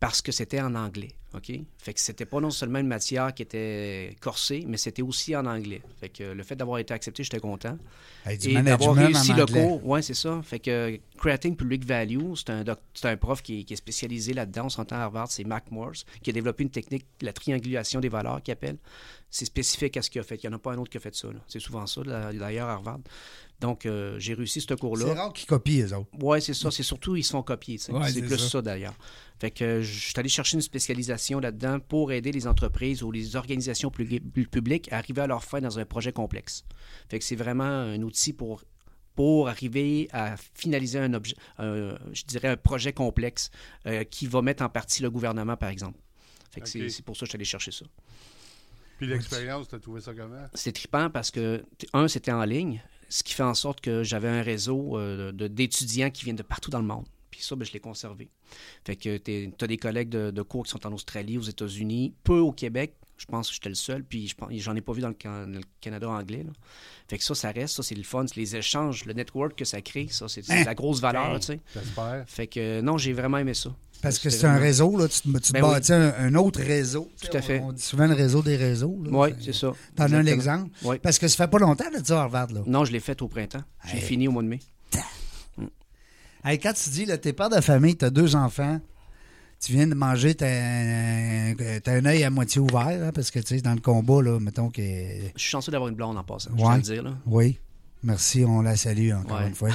Speaker 3: parce que c'était en anglais. OK? Fait que c'était pas non seulement une matière qui était corsée, mais c'était aussi en anglais. Fait que le fait d'avoir été accepté, j'étais content.
Speaker 1: Hey, du
Speaker 3: Et
Speaker 1: management
Speaker 3: d'avoir réussi
Speaker 1: en
Speaker 3: le
Speaker 1: anglais.
Speaker 3: cours, ouais, c'est ça. Fait que Creating Public Value, c'est un, doc- c'est un prof qui, est- qui est spécialisé là-dedans. On s'entend à Harvard, c'est Mac Morse, qui a développé une technique, la triangulation des valeurs qu'il appelle. C'est spécifique à ce qu'il a fait. Il n'y en a pas un autre qui a fait ça. là. C'est souvent ça, là, d'ailleurs, à Harvard. Donc, euh, j'ai réussi ce
Speaker 1: C'est
Speaker 3: cours-là.
Speaker 1: rare qu'ils copient, eux autres.
Speaker 3: Oui, c'est ça. C'est surtout, ils se font copier. tu sais.
Speaker 1: Ouais,
Speaker 3: c'est
Speaker 1: c'est
Speaker 3: plus
Speaker 1: ça.
Speaker 3: ça, d'ailleurs. Fait que euh, je suis allé chercher une spécialisation là-dedans pour aider les entreprises ou les organisations plus- plus publiques à arriver à leur fin dans un projet complexe. Fait que c'est vraiment un outil pour pour arriver à finaliser un objet, un- je dirais un projet complexe euh, qui va mettre en partie le gouvernement, par exemple. Fait que c'est-
Speaker 2: Ok.
Speaker 3: c'est pour ça que je suis allé chercher ça.
Speaker 2: Puis l'expérience, t'as trouvé ça comment?
Speaker 3: C'est trippant parce que, t- un, c'était en ligne, ce qui fait en sorte que j'avais un réseau euh, de- d'étudiants qui viennent de partout dans le monde. Puis ça, ben, je l'ai conservé. Fait que tu as des collègues de, de cours qui sont en Australie, aux États-Unis, peu au Québec. Je pense que j'étais le seul, puis je pense- j'en ai pas vu dans le, can- le Canada anglais. là. Fait que ça, ça reste, ça, c'est le fun. c'est Les échanges, le network que ça crée, ça, c'est c'est la grosse valeur, tu sais.
Speaker 2: J'espère.
Speaker 3: Fait que euh, non, j'ai vraiment aimé ça.
Speaker 1: Parce que
Speaker 3: C'était
Speaker 1: c'est un
Speaker 3: vraiment-
Speaker 1: réseau, là. Tu te, tu te
Speaker 3: Ben oui.
Speaker 1: bâtis un, un autre réseau. Tu sais,
Speaker 3: à
Speaker 1: on-
Speaker 3: fait.
Speaker 1: On, dit souvent le réseau des réseaux. là.
Speaker 3: Oui,
Speaker 1: Fait-
Speaker 3: c'est ça.
Speaker 1: T'en as un
Speaker 3: Exactement.
Speaker 1: exemple?
Speaker 3: Ouais. Mm.
Speaker 1: Parce que ça fait pas longtemps de dire Harvard, là.
Speaker 3: Non, je l'ai fait au printemps. J'ai
Speaker 1: Hey.
Speaker 3: fini au mois de mai.
Speaker 1: Hey, quand tu dis, là, t'es père de famille, t'as deux enfants, tu viens de manger, t'as un, t'as un œil à moitié ouvert, hein, parce que, tu sais, dans le combat, là, mettons que...
Speaker 3: Je suis chanceux d'avoir une blonde en passant, je
Speaker 1: Ouais.
Speaker 3: dois le dire. Là.
Speaker 1: Oui, merci, on la salue encore
Speaker 3: Ouais.
Speaker 1: une fois.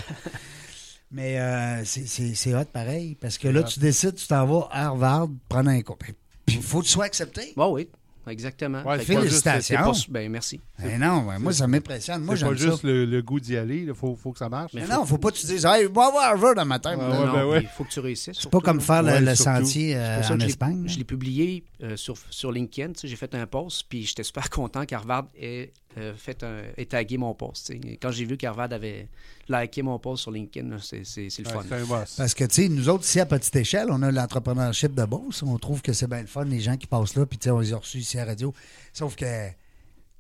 Speaker 1: Mais euh, c'est- c'est c'est hot pareil, parce que là, tu décides, tu t'en vas à Harvard prendre un cours. Puis il faut que tu sois accepté.
Speaker 3: Bah oui, exactement.
Speaker 2: Ouais,
Speaker 3: Fait que
Speaker 2: c'est pas
Speaker 1: félicitations.
Speaker 3: c'est pas- ben, merci.
Speaker 1: Eh non, ouais, moi, ça m'impressionne. Moi,
Speaker 2: C'est pas
Speaker 1: j'aime ça.
Speaker 2: juste le, le goût d'y aller, il faut, faut que ça marche.
Speaker 1: Mais non, faut pas que tu dises, hey, va voir Harvard dans ma tête.
Speaker 2: Ouais,
Speaker 1: là.
Speaker 2: ouais,
Speaker 3: Non,
Speaker 2: ben
Speaker 3: non,
Speaker 2: ouais.
Speaker 3: Il faut que tu réussisses.
Speaker 1: C'est pas comme faire le-
Speaker 2: Ouais,
Speaker 1: le,
Speaker 2: surtout.
Speaker 1: sentier euh, en Espagne.
Speaker 3: Je l'ai publié euh, sur, sur LinkedIn. tu sais, J'ai fait un post, puis j'étais super content qu'Harvard ait, euh, fait un, ait tagué mon post. tu sais. Quand j'ai vu qu'Harvard avait liké mon post sur LinkedIn, là, c'est c'est- c'est le
Speaker 2: Ouais,
Speaker 3: fun.
Speaker 2: c'est un boss.
Speaker 1: Parce que, tu sais, nous autres, ici, à petite échelle, on a l'entrepreneurship de Beauce. On trouve que c'est bien le fun, les gens qui passent là, puis, tu sais, on les a reçus ici à la radio. Sauf que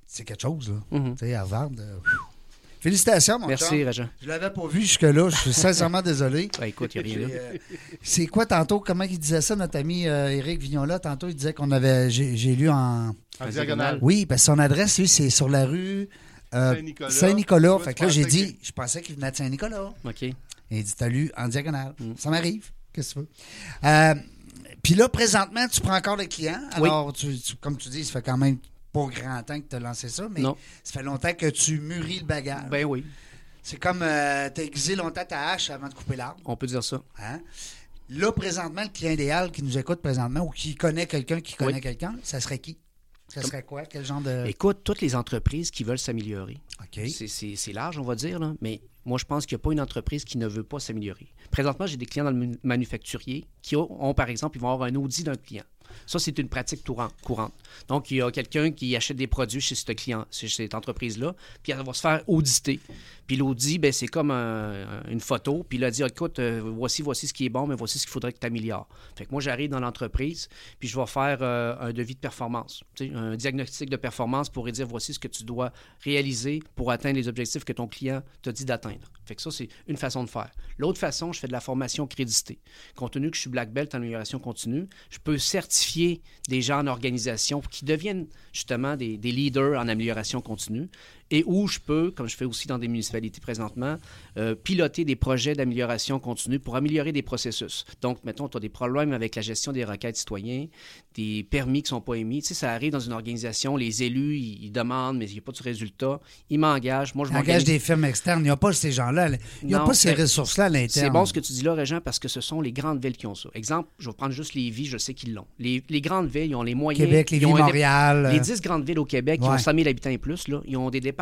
Speaker 1: c'est quelque chose, là.
Speaker 2: Mm.
Speaker 3: Mhm.
Speaker 1: Tu sais, Harvard, euh, pfiou. Félicitations, mon chum.
Speaker 3: Merci, Rajan.
Speaker 1: Je l'avais pas vu jusque-là. Je suis sincèrement désolé.
Speaker 3: Ouais, écoute, il n'y a rien là.
Speaker 1: J'ai, euh, C'est quoi tantôt? Comment il disait ça, notre ami euh, Éric Vignola? Tantôt, il disait qu'on avait. J'ai j'ai lu en.
Speaker 2: En diagonale.
Speaker 1: Oui, parce que son adresse, lui, c'est sur la rue euh,
Speaker 2: Saint-Nicolas.
Speaker 1: Saint-Nicolas.
Speaker 2: Toi,
Speaker 1: fait
Speaker 2: tu
Speaker 1: que là, j'ai
Speaker 2: pensais
Speaker 1: dit, je pensais qu'il venait de Saint-Nicolas.
Speaker 3: OK.
Speaker 1: Et il dit, t'as lu en diagonale.
Speaker 2: Mm.
Speaker 1: Ça m'arrive. Qu'est-ce que tu veux? Euh, Puis là, présentement, tu prends encore des clients.
Speaker 3: Oui.
Speaker 1: Alors, tu- tu- comme tu dis, ça fait quand même pas grand temps que tu as lancé ça, mais
Speaker 3: Non.
Speaker 1: ça fait longtemps que tu mûris le bagage.
Speaker 3: Ben oui,
Speaker 1: C'est comme euh, t'as aiguisé longtemps ta hache avant de couper l'arbre.
Speaker 3: on peut dire ça.
Speaker 1: Hein? Là, présentement, le client idéal qui nous écoute présentement ou qui connaît quelqu'un qui connaît
Speaker 3: Oui.
Speaker 1: quelqu'un, ça serait qui? Ça serait quoi? Quel genre de.
Speaker 3: Écoute, toutes les entreprises qui veulent s'améliorer.
Speaker 1: OK.
Speaker 3: C'est- C'est c'est large, on va dire, là, mais moi, je pense qu'il n'y a pas une entreprise qui ne veut pas s'améliorer. Présentement, j'ai des clients dans le manu- manufacturier qui ont, ont, par exemple, ils vont avoir un audit d'un client. Ça, c'est une pratique touran- courante. Donc, il y a quelqu'un qui achète des produits chez ce client, chez cette entreprise-là, puis elle va se faire auditer. Puis l'audit, ben, c'est comme un- une photo, puis il a dit, écoute, euh, voici, voici ce qui est bon, mais voici ce qu'il faudrait que tu améliores. Fait que moi, j'arrive dans l'entreprise, puis je vais faire euh, un devis de performance, tu sais, un diagnostic de performance pour dire voici ce que tu dois réaliser pour atteindre les objectifs que ton client te dit d'atteindre. Fait que ça, c'est une façon de faire. L'autre façon, je fais de la formation créditée. Compte tenu que je suis Black Belt en amélioration continue, je peux certifier des gens en organisation qui deviennent justement des, des leaders en amélioration continue et où je peux, comme je fais aussi dans des municipalités présentement, euh, piloter des projets d'amélioration continue pour améliorer des processus. Donc, mettons, tu as des problèmes avec la gestion des requêtes citoyens, des permis qui ne sont pas émis. Tu sais, ça arrive dans une organisation, les élus, ils, ils demandent, mais il n'y a pas de résultat. Ils m'engagent. Moi, je
Speaker 1: Engage
Speaker 3: m'engage.
Speaker 1: des firmes externes. Il n'y a pas ces gens-là. Il n'y a
Speaker 3: Non,
Speaker 1: pas ces
Speaker 3: c'est-
Speaker 1: ressources-là à l'interne.
Speaker 3: C'est bon ce que tu dis là, Régent, parce que ce sont les grandes villes qui ont ça. Exemple, je vais prendre juste les villes, je sais qu'ils l'ont. Les, les grandes villes, ils ont les moyens.
Speaker 1: Québec,
Speaker 3: ils
Speaker 1: Lévis,
Speaker 3: ont un dé-
Speaker 1: Montréal. euh,
Speaker 3: Les 10 grandes villes au Québec qui
Speaker 1: Ouais.
Speaker 3: ont 100 000 habitants et plus, là, ils ont des départements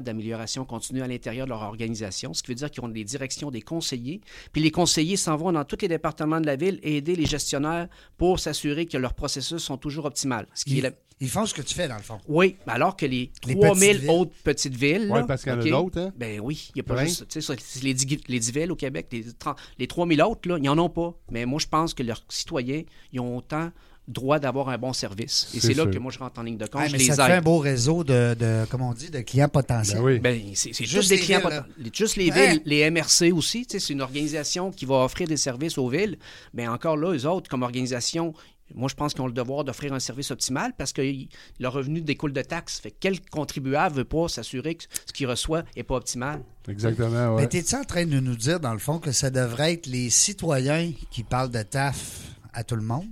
Speaker 3: d'amélioration continue à l'intérieur de leur organisation, ce qui veut dire qu'ils ont des directions des conseillers. Puis les conseillers s'en vont dans tous les départements de la ville et aider les gestionnaires pour s'assurer que leurs processus sont toujours optimales. Ce qui est la-
Speaker 1: ils, ils font ce que tu fais, dans le fond.
Speaker 3: Oui, mais alors que les
Speaker 1: Les
Speaker 3: 3000
Speaker 1: petites villes.
Speaker 3: autres petites villes.
Speaker 2: Ouais,
Speaker 3: là,
Speaker 2: parce qu'il y en a
Speaker 3: OK,
Speaker 2: d'autres, hein?
Speaker 3: Ben oui, il n'y a pas
Speaker 2: Ouais.
Speaker 3: juste. Tu sais, ça, les 10, les 10 villes au Québec, les, 30 les 3000 autres, là, ils n'en ont pas. Mais moi, je pense que leurs citoyens, ils ont autant droit d'avoir un bon service. Et
Speaker 2: C'est
Speaker 3: c'est là
Speaker 2: sûr.
Speaker 3: que moi, je rentre en ligne de compte.
Speaker 1: Ouais,
Speaker 3: je
Speaker 1: mais
Speaker 3: les
Speaker 1: ça te
Speaker 3: aide.
Speaker 1: fait un beau réseau de, de, comme on dit, de clients potentiels.
Speaker 2: Ben oui.
Speaker 3: Ben, c'est c'est
Speaker 1: Juste
Speaker 3: juste des
Speaker 1: les
Speaker 3: clients.
Speaker 1: villes,
Speaker 3: poten-
Speaker 1: là.
Speaker 3: les- Juste les
Speaker 1: Ouais.
Speaker 3: villes, les MRC aussi. tu sais, C'est une organisation qui va offrir des services aux villes. Mais encore là, eux autres, comme organisation, moi, je pense qu'ils ont le devoir d'offrir un service optimal parce que y- leur revenu découle de taxes. Fait que quel contribuable veut pas s'assurer que ce qu'il reçoit n'est pas optimal?
Speaker 2: Exactement,
Speaker 1: Mais
Speaker 2: ouais.
Speaker 1: t'es-tu en train de nous dire, dans le fond, que ça devrait être les citoyens qui parlent de taf à tout le monde?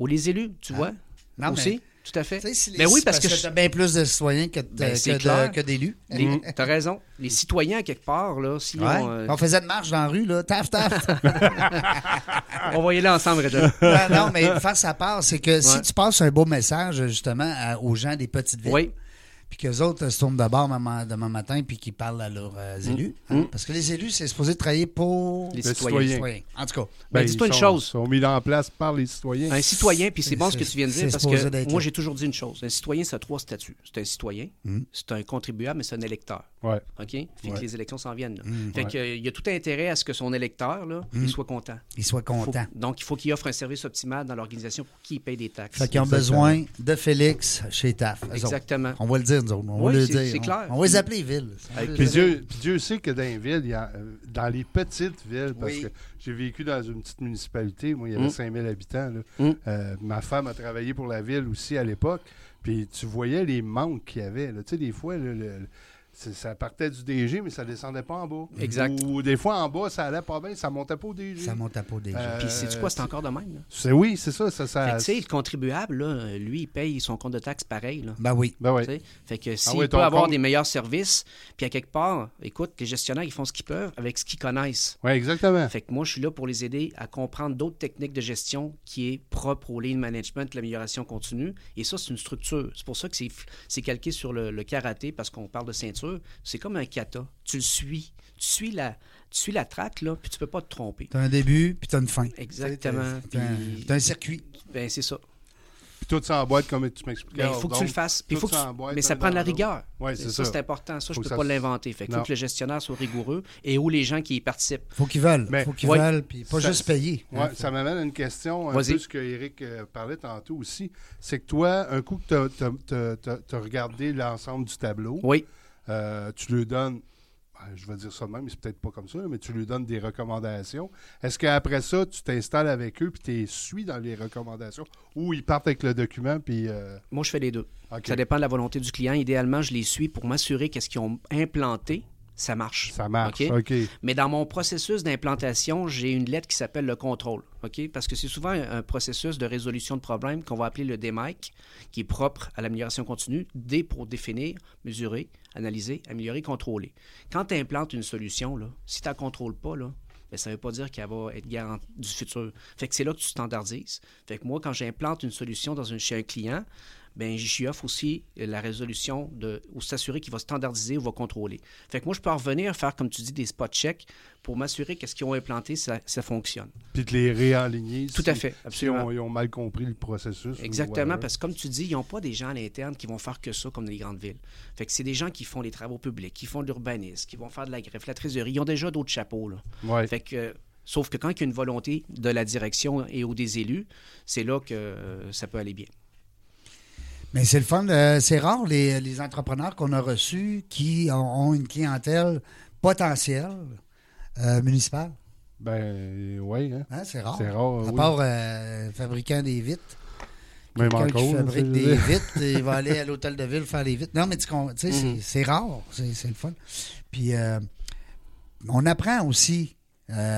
Speaker 3: Ou les élus, tu vois?
Speaker 1: Ah. Non,
Speaker 3: aussi, tout à
Speaker 1: Tu
Speaker 3: fait.
Speaker 1: sais, si les-
Speaker 3: Mais Ben oui, parce que... je-
Speaker 1: t'as bien plus de citoyens que, de-
Speaker 3: Ben, c'est
Speaker 1: que de-
Speaker 3: clair.
Speaker 1: que d'élus.
Speaker 3: les- T'as raison. Les citoyens, quelque part, là, s'ils
Speaker 1: Ouais.
Speaker 3: ont, euh,
Speaker 1: On faisait de marche dans la rue, là. Taf, taf.
Speaker 3: on va y aller ensemble, Réjean.
Speaker 1: non, non, mais faire sa part, c'est que si
Speaker 3: Ouais.
Speaker 1: tu passes un beau message, justement, à- aux gens des petites villes,
Speaker 3: Oui,
Speaker 1: puis qu'eux autres euh, se tournent de bord maman- demain matin, puis qu'ils parlent à leurs euh, élus. hein, parce que les élus, c'est supposé travailler pour
Speaker 3: Mm. les
Speaker 2: Le
Speaker 3: citoyens.
Speaker 2: citoyen.
Speaker 1: citoyens. En tout cas,
Speaker 3: Ben, dis-toi
Speaker 2: ils
Speaker 3: une
Speaker 2: sont-
Speaker 3: chose.
Speaker 2: sont mis en place par les citoyens.
Speaker 3: Un citoyen, puis
Speaker 1: C'est-
Speaker 3: c'est bon ce que
Speaker 1: c'est-
Speaker 3: tu viens de
Speaker 1: c'est
Speaker 3: dire, parce
Speaker 1: supposé d'être
Speaker 3: que moi,
Speaker 1: là. Hmm.
Speaker 3: j'ai toujours dit une chose. Un citoyen, ça a trois statuts. C'est un citoyen, c'est un contribuable, mais c'est un électeur.
Speaker 2: Ouais.
Speaker 3: OK? Fait que les élections s'en viennent. là. fait
Speaker 1: Hmm,
Speaker 2: ouais.
Speaker 3: que, euh, il y a tout intérêt à ce que son électeur, là, il soit content.
Speaker 1: ils soient
Speaker 3: Faut-
Speaker 1: contents.
Speaker 3: donc, il faut qu'il offre un service optimal dans l'organisation pour qu'il paye des taxes.
Speaker 1: Fait qu'ils ont besoin de Félix chez TAF. eux autres.
Speaker 3: Exactement.
Speaker 1: On va le dire, nous autres. On
Speaker 3: Oui,
Speaker 1: va le
Speaker 3: c'est-
Speaker 1: dire.
Speaker 3: c'est clair.
Speaker 1: On, on va les appeler Ville.
Speaker 3: Avec
Speaker 2: Puis Dieu, puis Dieu sait que dans les villes, il y a- euh, dans les petites villes, parce
Speaker 1: Oui.
Speaker 2: que j'ai vécu dans une petite municipalité, moi, il y avait
Speaker 3: Mm.
Speaker 2: 5000 habitants. là.
Speaker 3: Mm.
Speaker 2: Euh, ma femme a travaillé pour la ville aussi à l'époque, puis tu voyais les manques qu'il y avait. là. Tu sais, des fois, là, le- le- c'est- ça partait du DG, mais ça descendait pas en bas.
Speaker 3: Exact.
Speaker 2: Ou des fois, en bas, ça allait pas bien, ça montait pas au DG.
Speaker 1: Ça monte à peau des gens.
Speaker 2: Euh,
Speaker 3: Puis, c'est quoi? C'est encore de même. là.
Speaker 2: C'est, oui, c'est ça. ça, ça
Speaker 3: Fait que, tu sais, le contribuable, là, lui, il paye son compte de taxes pareil. Là.
Speaker 1: Ben oui.
Speaker 2: Ben ouais.
Speaker 3: Tu sais, Fait que s'il
Speaker 2: ouais,
Speaker 3: peut
Speaker 2: ton
Speaker 3: avoir
Speaker 2: compte-
Speaker 3: des meilleurs services, puis à quelque part, écoute, les gestionnaires, ils font ce qu'ils peuvent avec ce qu'ils connaissent.
Speaker 2: Ouais, exactement.
Speaker 3: Fait que moi, je suis là pour les aider à comprendre d'autres techniques de gestion qui est propre au lean management, l'amélioration continue. Et ça, c'est une structure. C'est pour ça que c'est, c'est calqué sur le, le karaté, parce qu'on parle de ceinture. C'est comme un kata. Tu le suis. Tu suis la, tu suis la traque, là, puis tu peux pas te tromper.
Speaker 1: T'as un début, puis t'as une fin.
Speaker 3: Exactement.
Speaker 1: T'as un,
Speaker 3: Puis-
Speaker 1: t'as un circuit.
Speaker 3: ben, c'est ça.
Speaker 2: Puis tout ça en boîte, comme tu m'expliquais.
Speaker 3: Ben, Il faut que tu le fasses. Puis
Speaker 2: tout
Speaker 3: faut que
Speaker 2: ça
Speaker 3: tu-
Speaker 2: en boîte,
Speaker 3: Mais
Speaker 2: un
Speaker 3: ça prend de
Speaker 2: dans
Speaker 3: la
Speaker 2: l'autre.
Speaker 3: rigueur.
Speaker 2: Ouais,
Speaker 3: Et
Speaker 2: c'est ça.
Speaker 3: ça, c'est important. Ça,
Speaker 2: Faut
Speaker 3: je
Speaker 2: que
Speaker 3: peux
Speaker 2: ça
Speaker 3: pas
Speaker 2: se-
Speaker 3: l'inventer. Fait que faut
Speaker 2: Non.
Speaker 3: que le gestionnaire soit rigoureux et où les gens qui y participent.
Speaker 1: Faut qu'ils veulent.
Speaker 2: Mais-
Speaker 1: faut qu'ils
Speaker 3: Ouais.
Speaker 1: veulent, puis pas
Speaker 2: Ça-
Speaker 1: juste payer.
Speaker 2: Ouais, ça m'amène à une question, un
Speaker 3: Vas-y.
Speaker 2: peu ce que Eric euh, parlait tantôt aussi. C'est que toi, un coup que tu as, regardé l'ensemble du tableau,
Speaker 3: Oui.
Speaker 2: euh, tu le donnes ben, je vais dire ça de même, mais c'est peut-être pas comme ça, là, mais tu lui donnes des recommandations. Est-ce qu'après ça, tu t'installes avec eux puis tu les suis dans les recommandations ou ils partent avec le document puis. euh,
Speaker 3: Moi, je fais les deux.
Speaker 2: OK.
Speaker 3: Ça dépend de la volonté du client. Idéalement, je les suis pour m'assurer qu'est-ce qu'ils ont implanté, ça marche.
Speaker 2: Ça marche.
Speaker 3: OK?
Speaker 2: OK.
Speaker 3: Mais dans mon processus d'implantation, j'ai une lettre qui s'appelle le contrôle. OK? Parce que c'est souvent un un processus de résolution de problème qu'on va appeler le DMAIC, qui est propre à l'amélioration continue. D pour définir, mesurer, analyser, améliorer, contrôler. Quand tu implantes une solution, là, si tu ne contrôles pas, là, ben, ça ne veut pas dire qu'elle va être garantie du futur. Fait que c'est là que tu standardises. Fait que moi, quand j'implante une solution dans une, chez un client, ben j'y offre aussi la résolution de, ou s'assurer qu'il va standardiser ou va contrôler. Fait que moi, je peux en revenir faire, comme tu dis, des spot checks pour m'assurer qu'est-ce qu'ils ont implanté, ça, ça fonctionne.
Speaker 2: Puis de les réaligner.
Speaker 3: Tout
Speaker 2: si-
Speaker 3: à fait,
Speaker 2: si
Speaker 3: absolument.
Speaker 2: on- ils ont mal compris le processus. ou
Speaker 3: Exactement,
Speaker 2: whatever.
Speaker 3: parce que comme tu dis, ils n'ont pas des gens à l'interne qui vont faire que ça comme dans les grandes villes. Fait que c'est des gens qui font des travaux publics, qui font de l'urbanisme, qui vont faire de la greffe, la trésorerie. Ils ont déjà d'autres chapeaux, là.
Speaker 2: Ouais.
Speaker 3: Fait que, euh, sauf que quand il y a une volonté de la direction et ou des élus, c'est là que euh, ça peut aller bien.
Speaker 1: Mais c'est le fun. euh, c'est rare les, les entrepreneurs qu'on a reçus qui ont, ont une clientèle potentielle euh, municipale.
Speaker 2: Ben, oui, hein.
Speaker 1: Hein, c'est rare.
Speaker 2: C'est rare,
Speaker 1: À
Speaker 2: oui.
Speaker 1: part euh, fabricant des vitres.
Speaker 2: Même
Speaker 1: Quelqu'un
Speaker 2: encore.
Speaker 1: qui
Speaker 2: là, tu
Speaker 1: fabrique
Speaker 2: sais, je veux
Speaker 1: des
Speaker 2: dire.
Speaker 1: vitres, il va aller à l'hôtel de ville faire les vitres. Non, mais tu con- tu sais, c'est-
Speaker 2: Mhm.
Speaker 1: c'est rare. C'est c'est le fun. Puis, euh, on apprend aussi.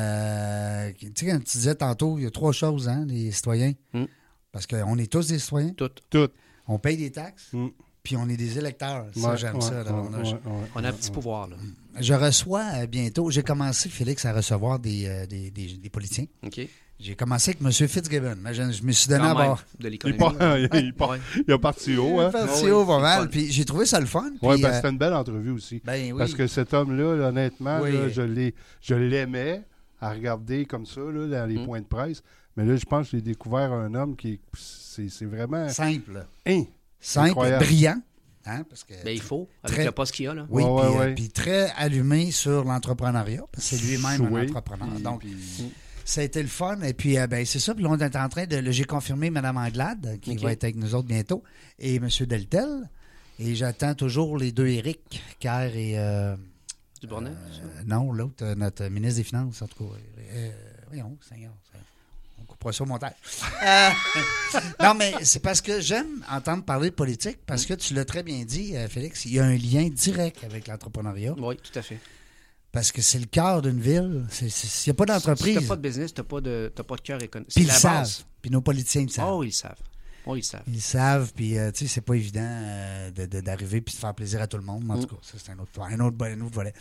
Speaker 1: euh, tu sais, comme tu disais tantôt, il y a trois choses, hein, les citoyens.
Speaker 2: Mm.
Speaker 3: Mhm.
Speaker 1: Parce qu'on est tous des citoyens.
Speaker 3: Tout.
Speaker 2: Tout.
Speaker 1: On paye des taxes.
Speaker 2: Mhm.
Speaker 1: Puis on est des électeurs. Ça,
Speaker 2: Ouais,
Speaker 1: j'aime
Speaker 2: ouais,
Speaker 1: ça. là.
Speaker 2: ouais,
Speaker 1: On a-
Speaker 2: ouais, ouais.
Speaker 3: On a un petit pouvoir, là.
Speaker 1: Je reçois euh, bientôt. J'ai commencé, Félix, à recevoir des, euh, des, des- des politiciens.
Speaker 3: OK?
Speaker 1: J'ai commencé avec M. Fitzgibbon. Imagine, je me suis donné à
Speaker 3: Quand même,
Speaker 1: bord.
Speaker 3: de
Speaker 2: Il,
Speaker 3: l'économie.
Speaker 2: part- il part-
Speaker 3: Ouais.
Speaker 2: il a parti haut, hein?
Speaker 1: Parti au
Speaker 3: oui, c'est le
Speaker 1: Vaval,
Speaker 3: fun.
Speaker 1: Puis j'ai trouvé ça le fun.
Speaker 2: Oui,
Speaker 1: puis,
Speaker 2: parce que
Speaker 1: euh,
Speaker 2: c'était une belle entrevue aussi.
Speaker 1: ben oui.
Speaker 2: Parce que cet homme-là, là, honnêtement,
Speaker 1: Oui.
Speaker 2: là, je l'ai- je l'aimais à regarder comme ça, là, dans les
Speaker 3: Mm.
Speaker 2: points de presse. Mais là, je pense que j'ai découvert un homme qui est- c'est c'est vraiment...
Speaker 1: Simple.
Speaker 2: Hein!
Speaker 1: Simple,
Speaker 2: Incroyable.
Speaker 1: brillant. hein, parce que,
Speaker 3: Ben, il faut, avec
Speaker 1: Très-
Speaker 3: le poste qu'il y a, là.
Speaker 1: oui,
Speaker 2: Ouais, ouais,
Speaker 1: puis, euh,
Speaker 2: ouais.
Speaker 1: puis très allumé sur l'entrepreneuriat. parce que C'est lui-même un
Speaker 2: Oui,
Speaker 1: entrepreneur.
Speaker 2: puis-
Speaker 1: Donc,
Speaker 3: Mm.
Speaker 2: puis-
Speaker 1: ça a été le fun. Et puis, euh, ben, c'est ça. Puis là, on est en train de. là, J'ai confirmé Mme Anglade, euh, qui
Speaker 3: Ok.
Speaker 1: va être avec nous autres bientôt, et M. Deltel. Et j'attends toujours les deux Eric, Kerr et. euh,
Speaker 3: Du Bournet.
Speaker 1: Euh, non, l'autre, euh, notre ministre des Finances, en tout cas. Euh, voyons, Seigneur, ça- on coupera ça au montage. Euh, non, mais c'est parce que j'aime entendre parler de politique, parce que tu l'as très bien dit, euh, Félix, il y a un lien direct avec l'entrepreneuriat,
Speaker 3: Oui, tout à fait.
Speaker 1: parce que c'est le cœur d'une ville. C'est- c'est- S'il n'y a pas
Speaker 3: Si t'as
Speaker 1: d'entreprise,
Speaker 3: pas de business, t'as pas de, t'as pas de cœur économique.
Speaker 1: puis
Speaker 3: C'est
Speaker 1: ils le
Speaker 3: la
Speaker 1: savent,
Speaker 3: base.
Speaker 1: puis nos politiciens le savent.
Speaker 3: Oh, ils le savent. Oh, ils le savent.
Speaker 1: Ils le savent, puis euh, tu sais, c'est pas évident euh, de- de- d'arriver puis de faire plaisir à tout le monde.
Speaker 3: Mm.
Speaker 1: mais En tout cas, ça, c'est un autre, un, autre, un autre volet.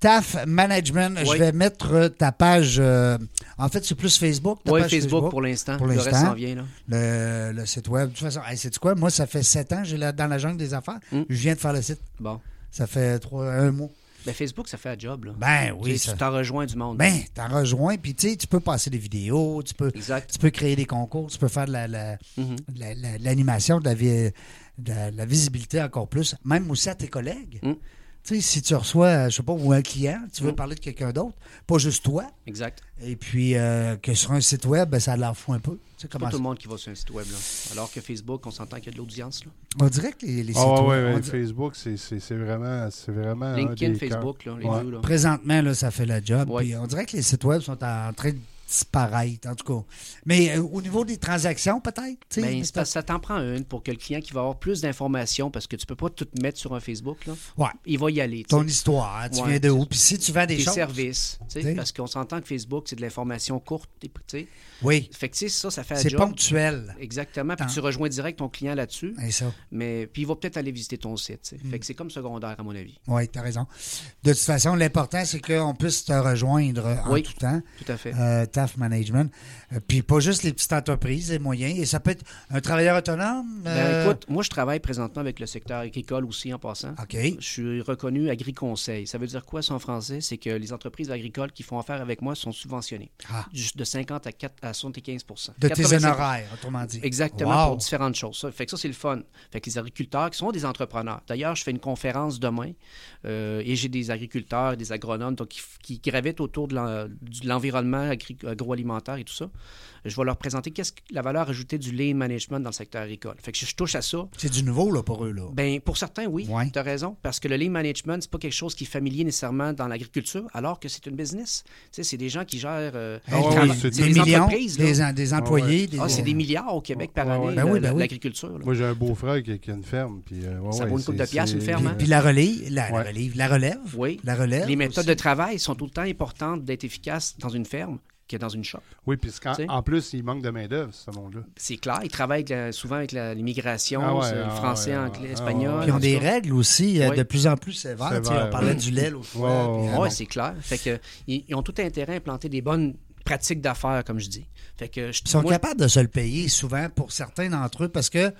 Speaker 1: TAF Management, je
Speaker 3: Oui.
Speaker 1: vais mettre euh, ta page. euh, en fait, c'est plus Facebook. ta
Speaker 3: Oui,
Speaker 1: page
Speaker 3: Facebook, pour l'instant.
Speaker 1: Pour
Speaker 3: Le reste
Speaker 1: l'instant.
Speaker 3: s'en vient, là.
Speaker 1: le, le site web. De toute façon, hey, sais-tu quoi? Moi, ça fait sept ans que j'ai la- dans la jungle des affaires.
Speaker 3: Mm.
Speaker 1: Je viens de faire le site.
Speaker 3: Bon.
Speaker 1: Ça fait trois, un mois.
Speaker 3: Ben, Facebook, ça fait un job, là.
Speaker 1: Ben
Speaker 3: Tu
Speaker 1: oui,
Speaker 3: sais,
Speaker 1: ça.
Speaker 3: Tu t'en rejoins du monde.
Speaker 1: Ben, t'en rejoins, puis tu sais, tu peux passer des vidéos, tu peux,
Speaker 3: Exact.
Speaker 1: tu peux créer des concours, tu peux faire de la- la,
Speaker 3: Mhm.
Speaker 1: de la- la- l'animation, de la, vi- de la- la visibilité encore plus, même aussi à tes collègues.
Speaker 3: Mm.
Speaker 1: Tu sais, si tu reçois, je sais pas, ou un client, tu veux
Speaker 3: Mm.
Speaker 1: parler de quelqu'un d'autre, pas juste toi,
Speaker 3: Exact.
Speaker 1: et puis euh, que sur un site web, ben, ça leur fout un peu. Tu sais,
Speaker 3: Pas
Speaker 1: comment
Speaker 3: tout
Speaker 1: ça-
Speaker 3: le monde qui va sur un site web, là. Alors que Facebook, on s'entend qu'il y a de l'audience, là.
Speaker 1: On dirait que les, les sites
Speaker 2: Ah
Speaker 1: web.
Speaker 2: ouais, ouais,
Speaker 1: on
Speaker 2: ouais,
Speaker 1: dirait-
Speaker 2: Facebook, c'est- c'est c'est vraiment, c'est vraiment un
Speaker 3: LinkedIn,
Speaker 2: des cœurs.
Speaker 3: Facebook, là, les
Speaker 2: Ouais.
Speaker 3: deux, là.
Speaker 1: présentement, là, ça fait le job.
Speaker 3: Ouais.
Speaker 1: Puis on dirait que les sites web sont en train de disparaître, en tout cas. Mais euh, au niveau des transactions, peut-être. tu sais,
Speaker 3: Ben,
Speaker 1: mais
Speaker 3: c'est parce que ça t'en prend une pour que le client qui va avoir plus d'informations, parce que tu peux pas tout mettre sur un Facebook, là.
Speaker 1: Ouais.
Speaker 3: Il va y aller. tu sais.
Speaker 1: Ton histoire, tu
Speaker 3: Ouais.
Speaker 1: viens de où? Puis si tu vends des
Speaker 3: tes
Speaker 1: choses.
Speaker 3: services. tu sais,
Speaker 1: T'sais.
Speaker 3: Parce qu'on s'entend que Facebook, c'est de l'information courte. tu sais.
Speaker 1: Oui,
Speaker 3: Fait que tu sais, ça, ça fait un
Speaker 1: c'est
Speaker 3: job.
Speaker 1: ponctuel.
Speaker 3: Exactement. Puis
Speaker 1: Tant.
Speaker 3: tu rejoins direct ton client là-dessus.
Speaker 1: Et ça.
Speaker 3: Mais puis il va peut-être aller visiter ton site. tu sais. Fait que c'est comme secondaire, à mon avis.
Speaker 1: Oui, tu as raison. De toute façon, l'important, c'est qu'on puisse te rejoindre en
Speaker 3: Oui.
Speaker 1: tout temps,
Speaker 3: Tout à fait.
Speaker 1: euh, TAF Management. Euh, Puis pas juste les petites entreprises, les moyens. Et ça peut être un travailleur autonome.
Speaker 3: Ben,
Speaker 1: euh,
Speaker 3: écoute, moi, je travaille présentement avec le secteur agricole aussi en passant.
Speaker 1: OK.
Speaker 3: Je suis reconnu agri-conseil. Ça veut dire quoi, ça, en français? C'est que les entreprises agricoles qui font affaire avec moi sont subventionnées
Speaker 1: Ah,
Speaker 3: Du- de 50 à, 4 à 75
Speaker 1: de tes
Speaker 3: 85
Speaker 1: honoraires, autrement dit.
Speaker 3: Exactement,
Speaker 1: Wow.
Speaker 3: pour différentes choses. Ça fait que ça, c'est le fun. Fait que les agriculteurs qui sont des entrepreneurs. D'ailleurs, je fais une conférence demain euh, et j'ai des agriculteurs, des agronomes donc, qui, qui gravitent autour de l'en- du- de l'environnement agri- agroalimentaire et tout ça, je vais leur présenter qu'est-ce que la valeur ajoutée du lean management dans le secteur agricole. Fait que je, je touche à ça.
Speaker 1: C'est du nouveau là, pour eux. Là.
Speaker 3: Ben, pour certains, oui,
Speaker 1: Ouais.
Speaker 3: tu as raison, parce que le lean management, c'est pas quelque chose qui est familier nécessairement dans l'agriculture, alors que c'est une business. Tu sais, c'est des gens qui gèrent euh,
Speaker 1: Hey,
Speaker 2: Ah ouais,
Speaker 3: qui
Speaker 2: ouais,
Speaker 3: trava-
Speaker 2: c'est
Speaker 1: des
Speaker 2: des
Speaker 1: millions,
Speaker 3: entreprises, là.
Speaker 1: des, en- des employés. Des,
Speaker 3: Ah, c'est des milliards au Québec par
Speaker 2: Ouais, ouais.
Speaker 3: année,
Speaker 1: Ben
Speaker 3: la-
Speaker 1: oui, ben
Speaker 3: la-
Speaker 1: oui.
Speaker 3: l'agriculture. là.
Speaker 2: Moi, j'ai un beau-frère qui, qui a une ferme. Puis, euh, ouais,
Speaker 3: Ça vaut
Speaker 2: ouais,
Speaker 3: une couple
Speaker 2: c'est-
Speaker 3: de piastres, une
Speaker 2: c'est-
Speaker 3: ferme, hein?
Speaker 1: Puis la relève, la,
Speaker 2: Ouais.
Speaker 1: relève, la relève.
Speaker 3: Oui.
Speaker 1: La relève.
Speaker 3: Les méthodes
Speaker 1: aussi.
Speaker 3: de travail sont tout le temps importantes d'être efficaces dans une ferme que dans une shop.
Speaker 2: Oui, puis c'est quand-
Speaker 3: Tu sais.
Speaker 2: en plus, il manque de main-d'œuvre, ce monde-là.
Speaker 3: C'est clair, ils travaillent avec la- souvent avec la- l'immigration,
Speaker 2: Ah ouais,
Speaker 3: c'est le
Speaker 2: ah
Speaker 3: français,
Speaker 2: ouais, ah
Speaker 3: anglais,
Speaker 2: ouais.
Speaker 3: espagnol.
Speaker 1: Puis ils ont
Speaker 3: en
Speaker 1: des
Speaker 3: tout cas.
Speaker 1: règles aussi euh,
Speaker 3: Oui.
Speaker 1: de plus en plus sévères. Tu sais,
Speaker 2: Sévères,
Speaker 1: on parlait
Speaker 2: oui.
Speaker 1: du lait l'autre fois.
Speaker 2: Ouais,
Speaker 1: puis,
Speaker 2: ouais,
Speaker 1: ah,
Speaker 3: Oui,
Speaker 1: bon.
Speaker 3: c'est clair. Fait que, ils, ils ont tout intérêt à implanter des bonnes pratiques d'affaires, comme je dis. Fait que, je,
Speaker 1: Ils sont
Speaker 3: moi,
Speaker 1: capables de se le payer souvent pour certains d'entre eux parce que,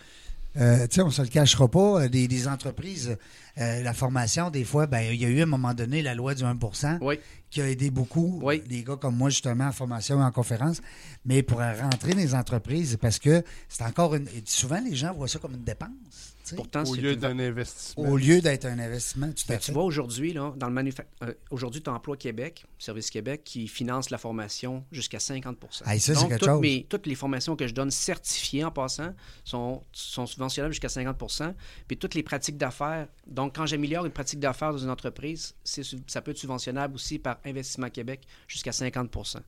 Speaker 1: euh, tu sais, on se le cachera pas, euh, des, des entreprises, euh, la formation, des fois, ben, il y a eu à un moment donné la loi du 1
Speaker 3: Oui.
Speaker 1: qui a aidé beaucoup euh,
Speaker 3: Oui.
Speaker 1: des gars comme moi, justement, en formation et en conférence, mais pour euh, rentrer dans les entreprises parce que c'est encore une. et Souvent, les gens voient ça comme une dépense. tu sais,
Speaker 3: pourtant,
Speaker 2: Au
Speaker 3: c'est
Speaker 2: lieu
Speaker 3: une-
Speaker 2: d'un investissement.
Speaker 1: Au lieu d'être un investissement, tu
Speaker 3: Ben, tu vois, aujourd'hui, là, dans le manufa- euh, aujourd'hui, tu Emploi Québec, Service Québec, qui finance la formation jusqu'à 50
Speaker 1: Ah, et ça, c'est
Speaker 3: Donc,
Speaker 1: quelque
Speaker 3: toutes,
Speaker 1: chose.
Speaker 3: mes- toutes les formations que je donne certifiées en passant sont, sont subventionnables jusqu'à 50 Puis toutes les pratiques d'affaires. Donc, quand j'améliore une pratique d'affaires dans une entreprise, c'est, sub- ça peut être subventionnable aussi par Investissement Québec jusqu'à 50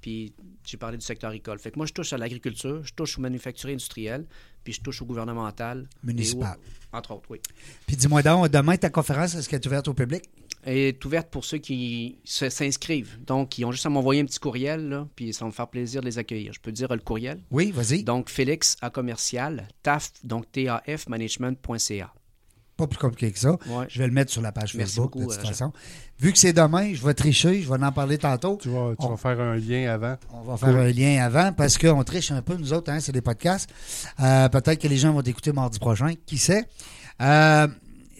Speaker 3: Puis, j'ai parlé du secteur agricole. Fait que moi, je touche à l'agriculture, je touche au manufacturier industriel, puis je touche au gouvernemental. et au-
Speaker 1: Municipal.
Speaker 3: Entre autres, oui.
Speaker 1: Puis dis-moi donc, demain, ta conférence, est-ce qu'elle est ouverte au public?
Speaker 3: est ouverte pour ceux qui se- s'inscrivent. Donc, ils ont juste à m'envoyer un petit courriel, là, puis ça va me faire plaisir de les accueillir. Je peux dire le courriel.
Speaker 1: Oui, vas-y.
Speaker 3: Donc, Félix à commercial, TAF, donc TAF management.ca.
Speaker 1: Pas plus compliqué que ça.
Speaker 3: Ouais.
Speaker 1: Je vais le mettre sur la page
Speaker 3: Merci
Speaker 1: Facebook,
Speaker 3: beaucoup,
Speaker 1: de toute
Speaker 3: euh, Jean.
Speaker 1: façon. Vu que c'est demain, je vais tricher, je vais en parler tantôt.
Speaker 2: Tu, vas, tu
Speaker 1: On-
Speaker 2: vas faire un lien avant.
Speaker 1: On va faire un lien avant parce qu'on triche un peu, nous autres, hein, c'est des podcasts. Euh, Peut-être que les gens vont t'écouter mardi prochain, qui sait. Euh,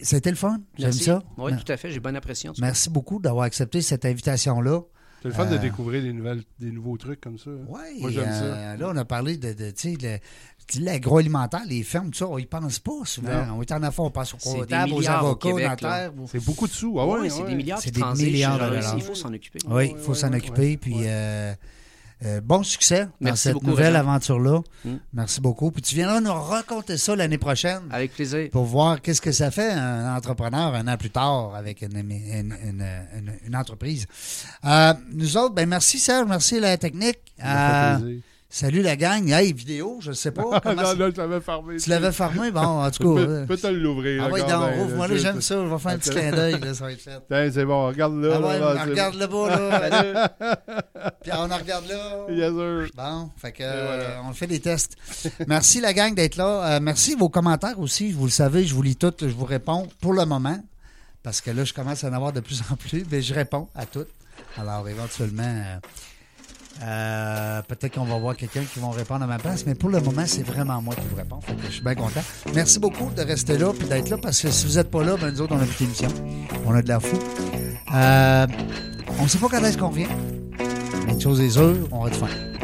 Speaker 1: C'était le fun, j'aime
Speaker 3: Merci.
Speaker 1: ça.
Speaker 3: Oui,
Speaker 1: Mer-
Speaker 3: tout à fait. J'ai bonne appréciation. de ça.
Speaker 1: Merci beaucoup d'avoir accepté cette invitation-là.
Speaker 2: C'est le fun
Speaker 1: Euh,
Speaker 2: de découvrir des, nouvelles, des nouveaux trucs comme ça. hein.
Speaker 1: Oui,
Speaker 2: Moi, j'aime
Speaker 3: euh,
Speaker 1: euh, Là, on a parlé de, de, tu sais, le- de l'agroalimentaire, les fermes, tout ça, on y pense pas souvent.
Speaker 2: Non.
Speaker 1: On est en affaires, on pense aux
Speaker 3: C'est des
Speaker 1: comptables, aux
Speaker 3: milliards au
Speaker 1: avocats, aux
Speaker 3: Québec,
Speaker 1: notaires. aux-
Speaker 2: C'est beaucoup de sous. Ah ouais,
Speaker 3: Ouais, c'est
Speaker 2: ouais.
Speaker 3: des milliards
Speaker 1: C'est
Speaker 3: qui
Speaker 1: des
Speaker 3: transigent
Speaker 1: milliards de
Speaker 3: chez eux,
Speaker 1: dollars.
Speaker 3: Il faut s'en occuper.
Speaker 1: Oui, il faut
Speaker 2: ouais,
Speaker 1: s'en
Speaker 2: ouais,
Speaker 1: occuper. Puis euh, euh, bon succès dans
Speaker 3: Merci
Speaker 1: cette
Speaker 3: beaucoup,
Speaker 1: nouvelle
Speaker 3: Régent.
Speaker 1: aventure-là.
Speaker 3: Mm.
Speaker 1: Merci beaucoup. Puis tu viendras nous raconter ça l'année prochaine
Speaker 2: Ah.
Speaker 3: Avec plaisir.
Speaker 1: pour voir qu'est-ce que ça fait un entrepreneur un an plus tard avec une, une- une- une- une entreprise. Euh, nous autres, ben merci Serge, merci la technique.
Speaker 2: Ça
Speaker 1: Euh,
Speaker 2: fait plaisir.
Speaker 1: salut la gang. Hey, vidéo, je sais
Speaker 3: Oh,
Speaker 1: pas.
Speaker 2: Ah,
Speaker 1: comment
Speaker 2: non,
Speaker 1: c'est-
Speaker 2: non, je l'avais fermé.
Speaker 1: tu l'avais fermé? Bon, en tout cas. euh,
Speaker 2: Peux- Peux-tu l'ouvrir?
Speaker 1: Ah oui, donc,
Speaker 2: regarde, hein,
Speaker 1: ouvre-moi là,
Speaker 2: juste-
Speaker 1: j'aime ça. On va faire un petit clin d'œil, là, ça va être fait.
Speaker 2: Tiens, c'est bon, regarde là.
Speaker 1: Ah ouais,
Speaker 2: là,
Speaker 1: on
Speaker 2: c'est-
Speaker 1: regarde là-bas, là. Puis on en regarde là.
Speaker 2: Yes, sir.
Speaker 1: Bon, fait que,
Speaker 2: Et voilà.
Speaker 1: euh, on fait des tests. Merci la gang d'être là. Euh, merci vos commentaires aussi. Vous le savez, je vous lis toutes, je vous réponds pour le moment. Parce que là, je commence à en avoir de plus en plus, mais je réponds à toutes. Alors, éventuellement, euh, euh, peut-être qu'on va voir quelqu'un qui va répondre à ma place, mais pour le moment, c'est vraiment moi qui vous réponds. Fait que je suis bien content. Merci beaucoup de rester là et d'être là, parce que si vous n'êtes pas là, ben, nous autres, on a plus d'émission. On a de la fou. Euh, on ne sait pas quand est-ce qu'on vient. Mais une chose est sûre, on va être fin.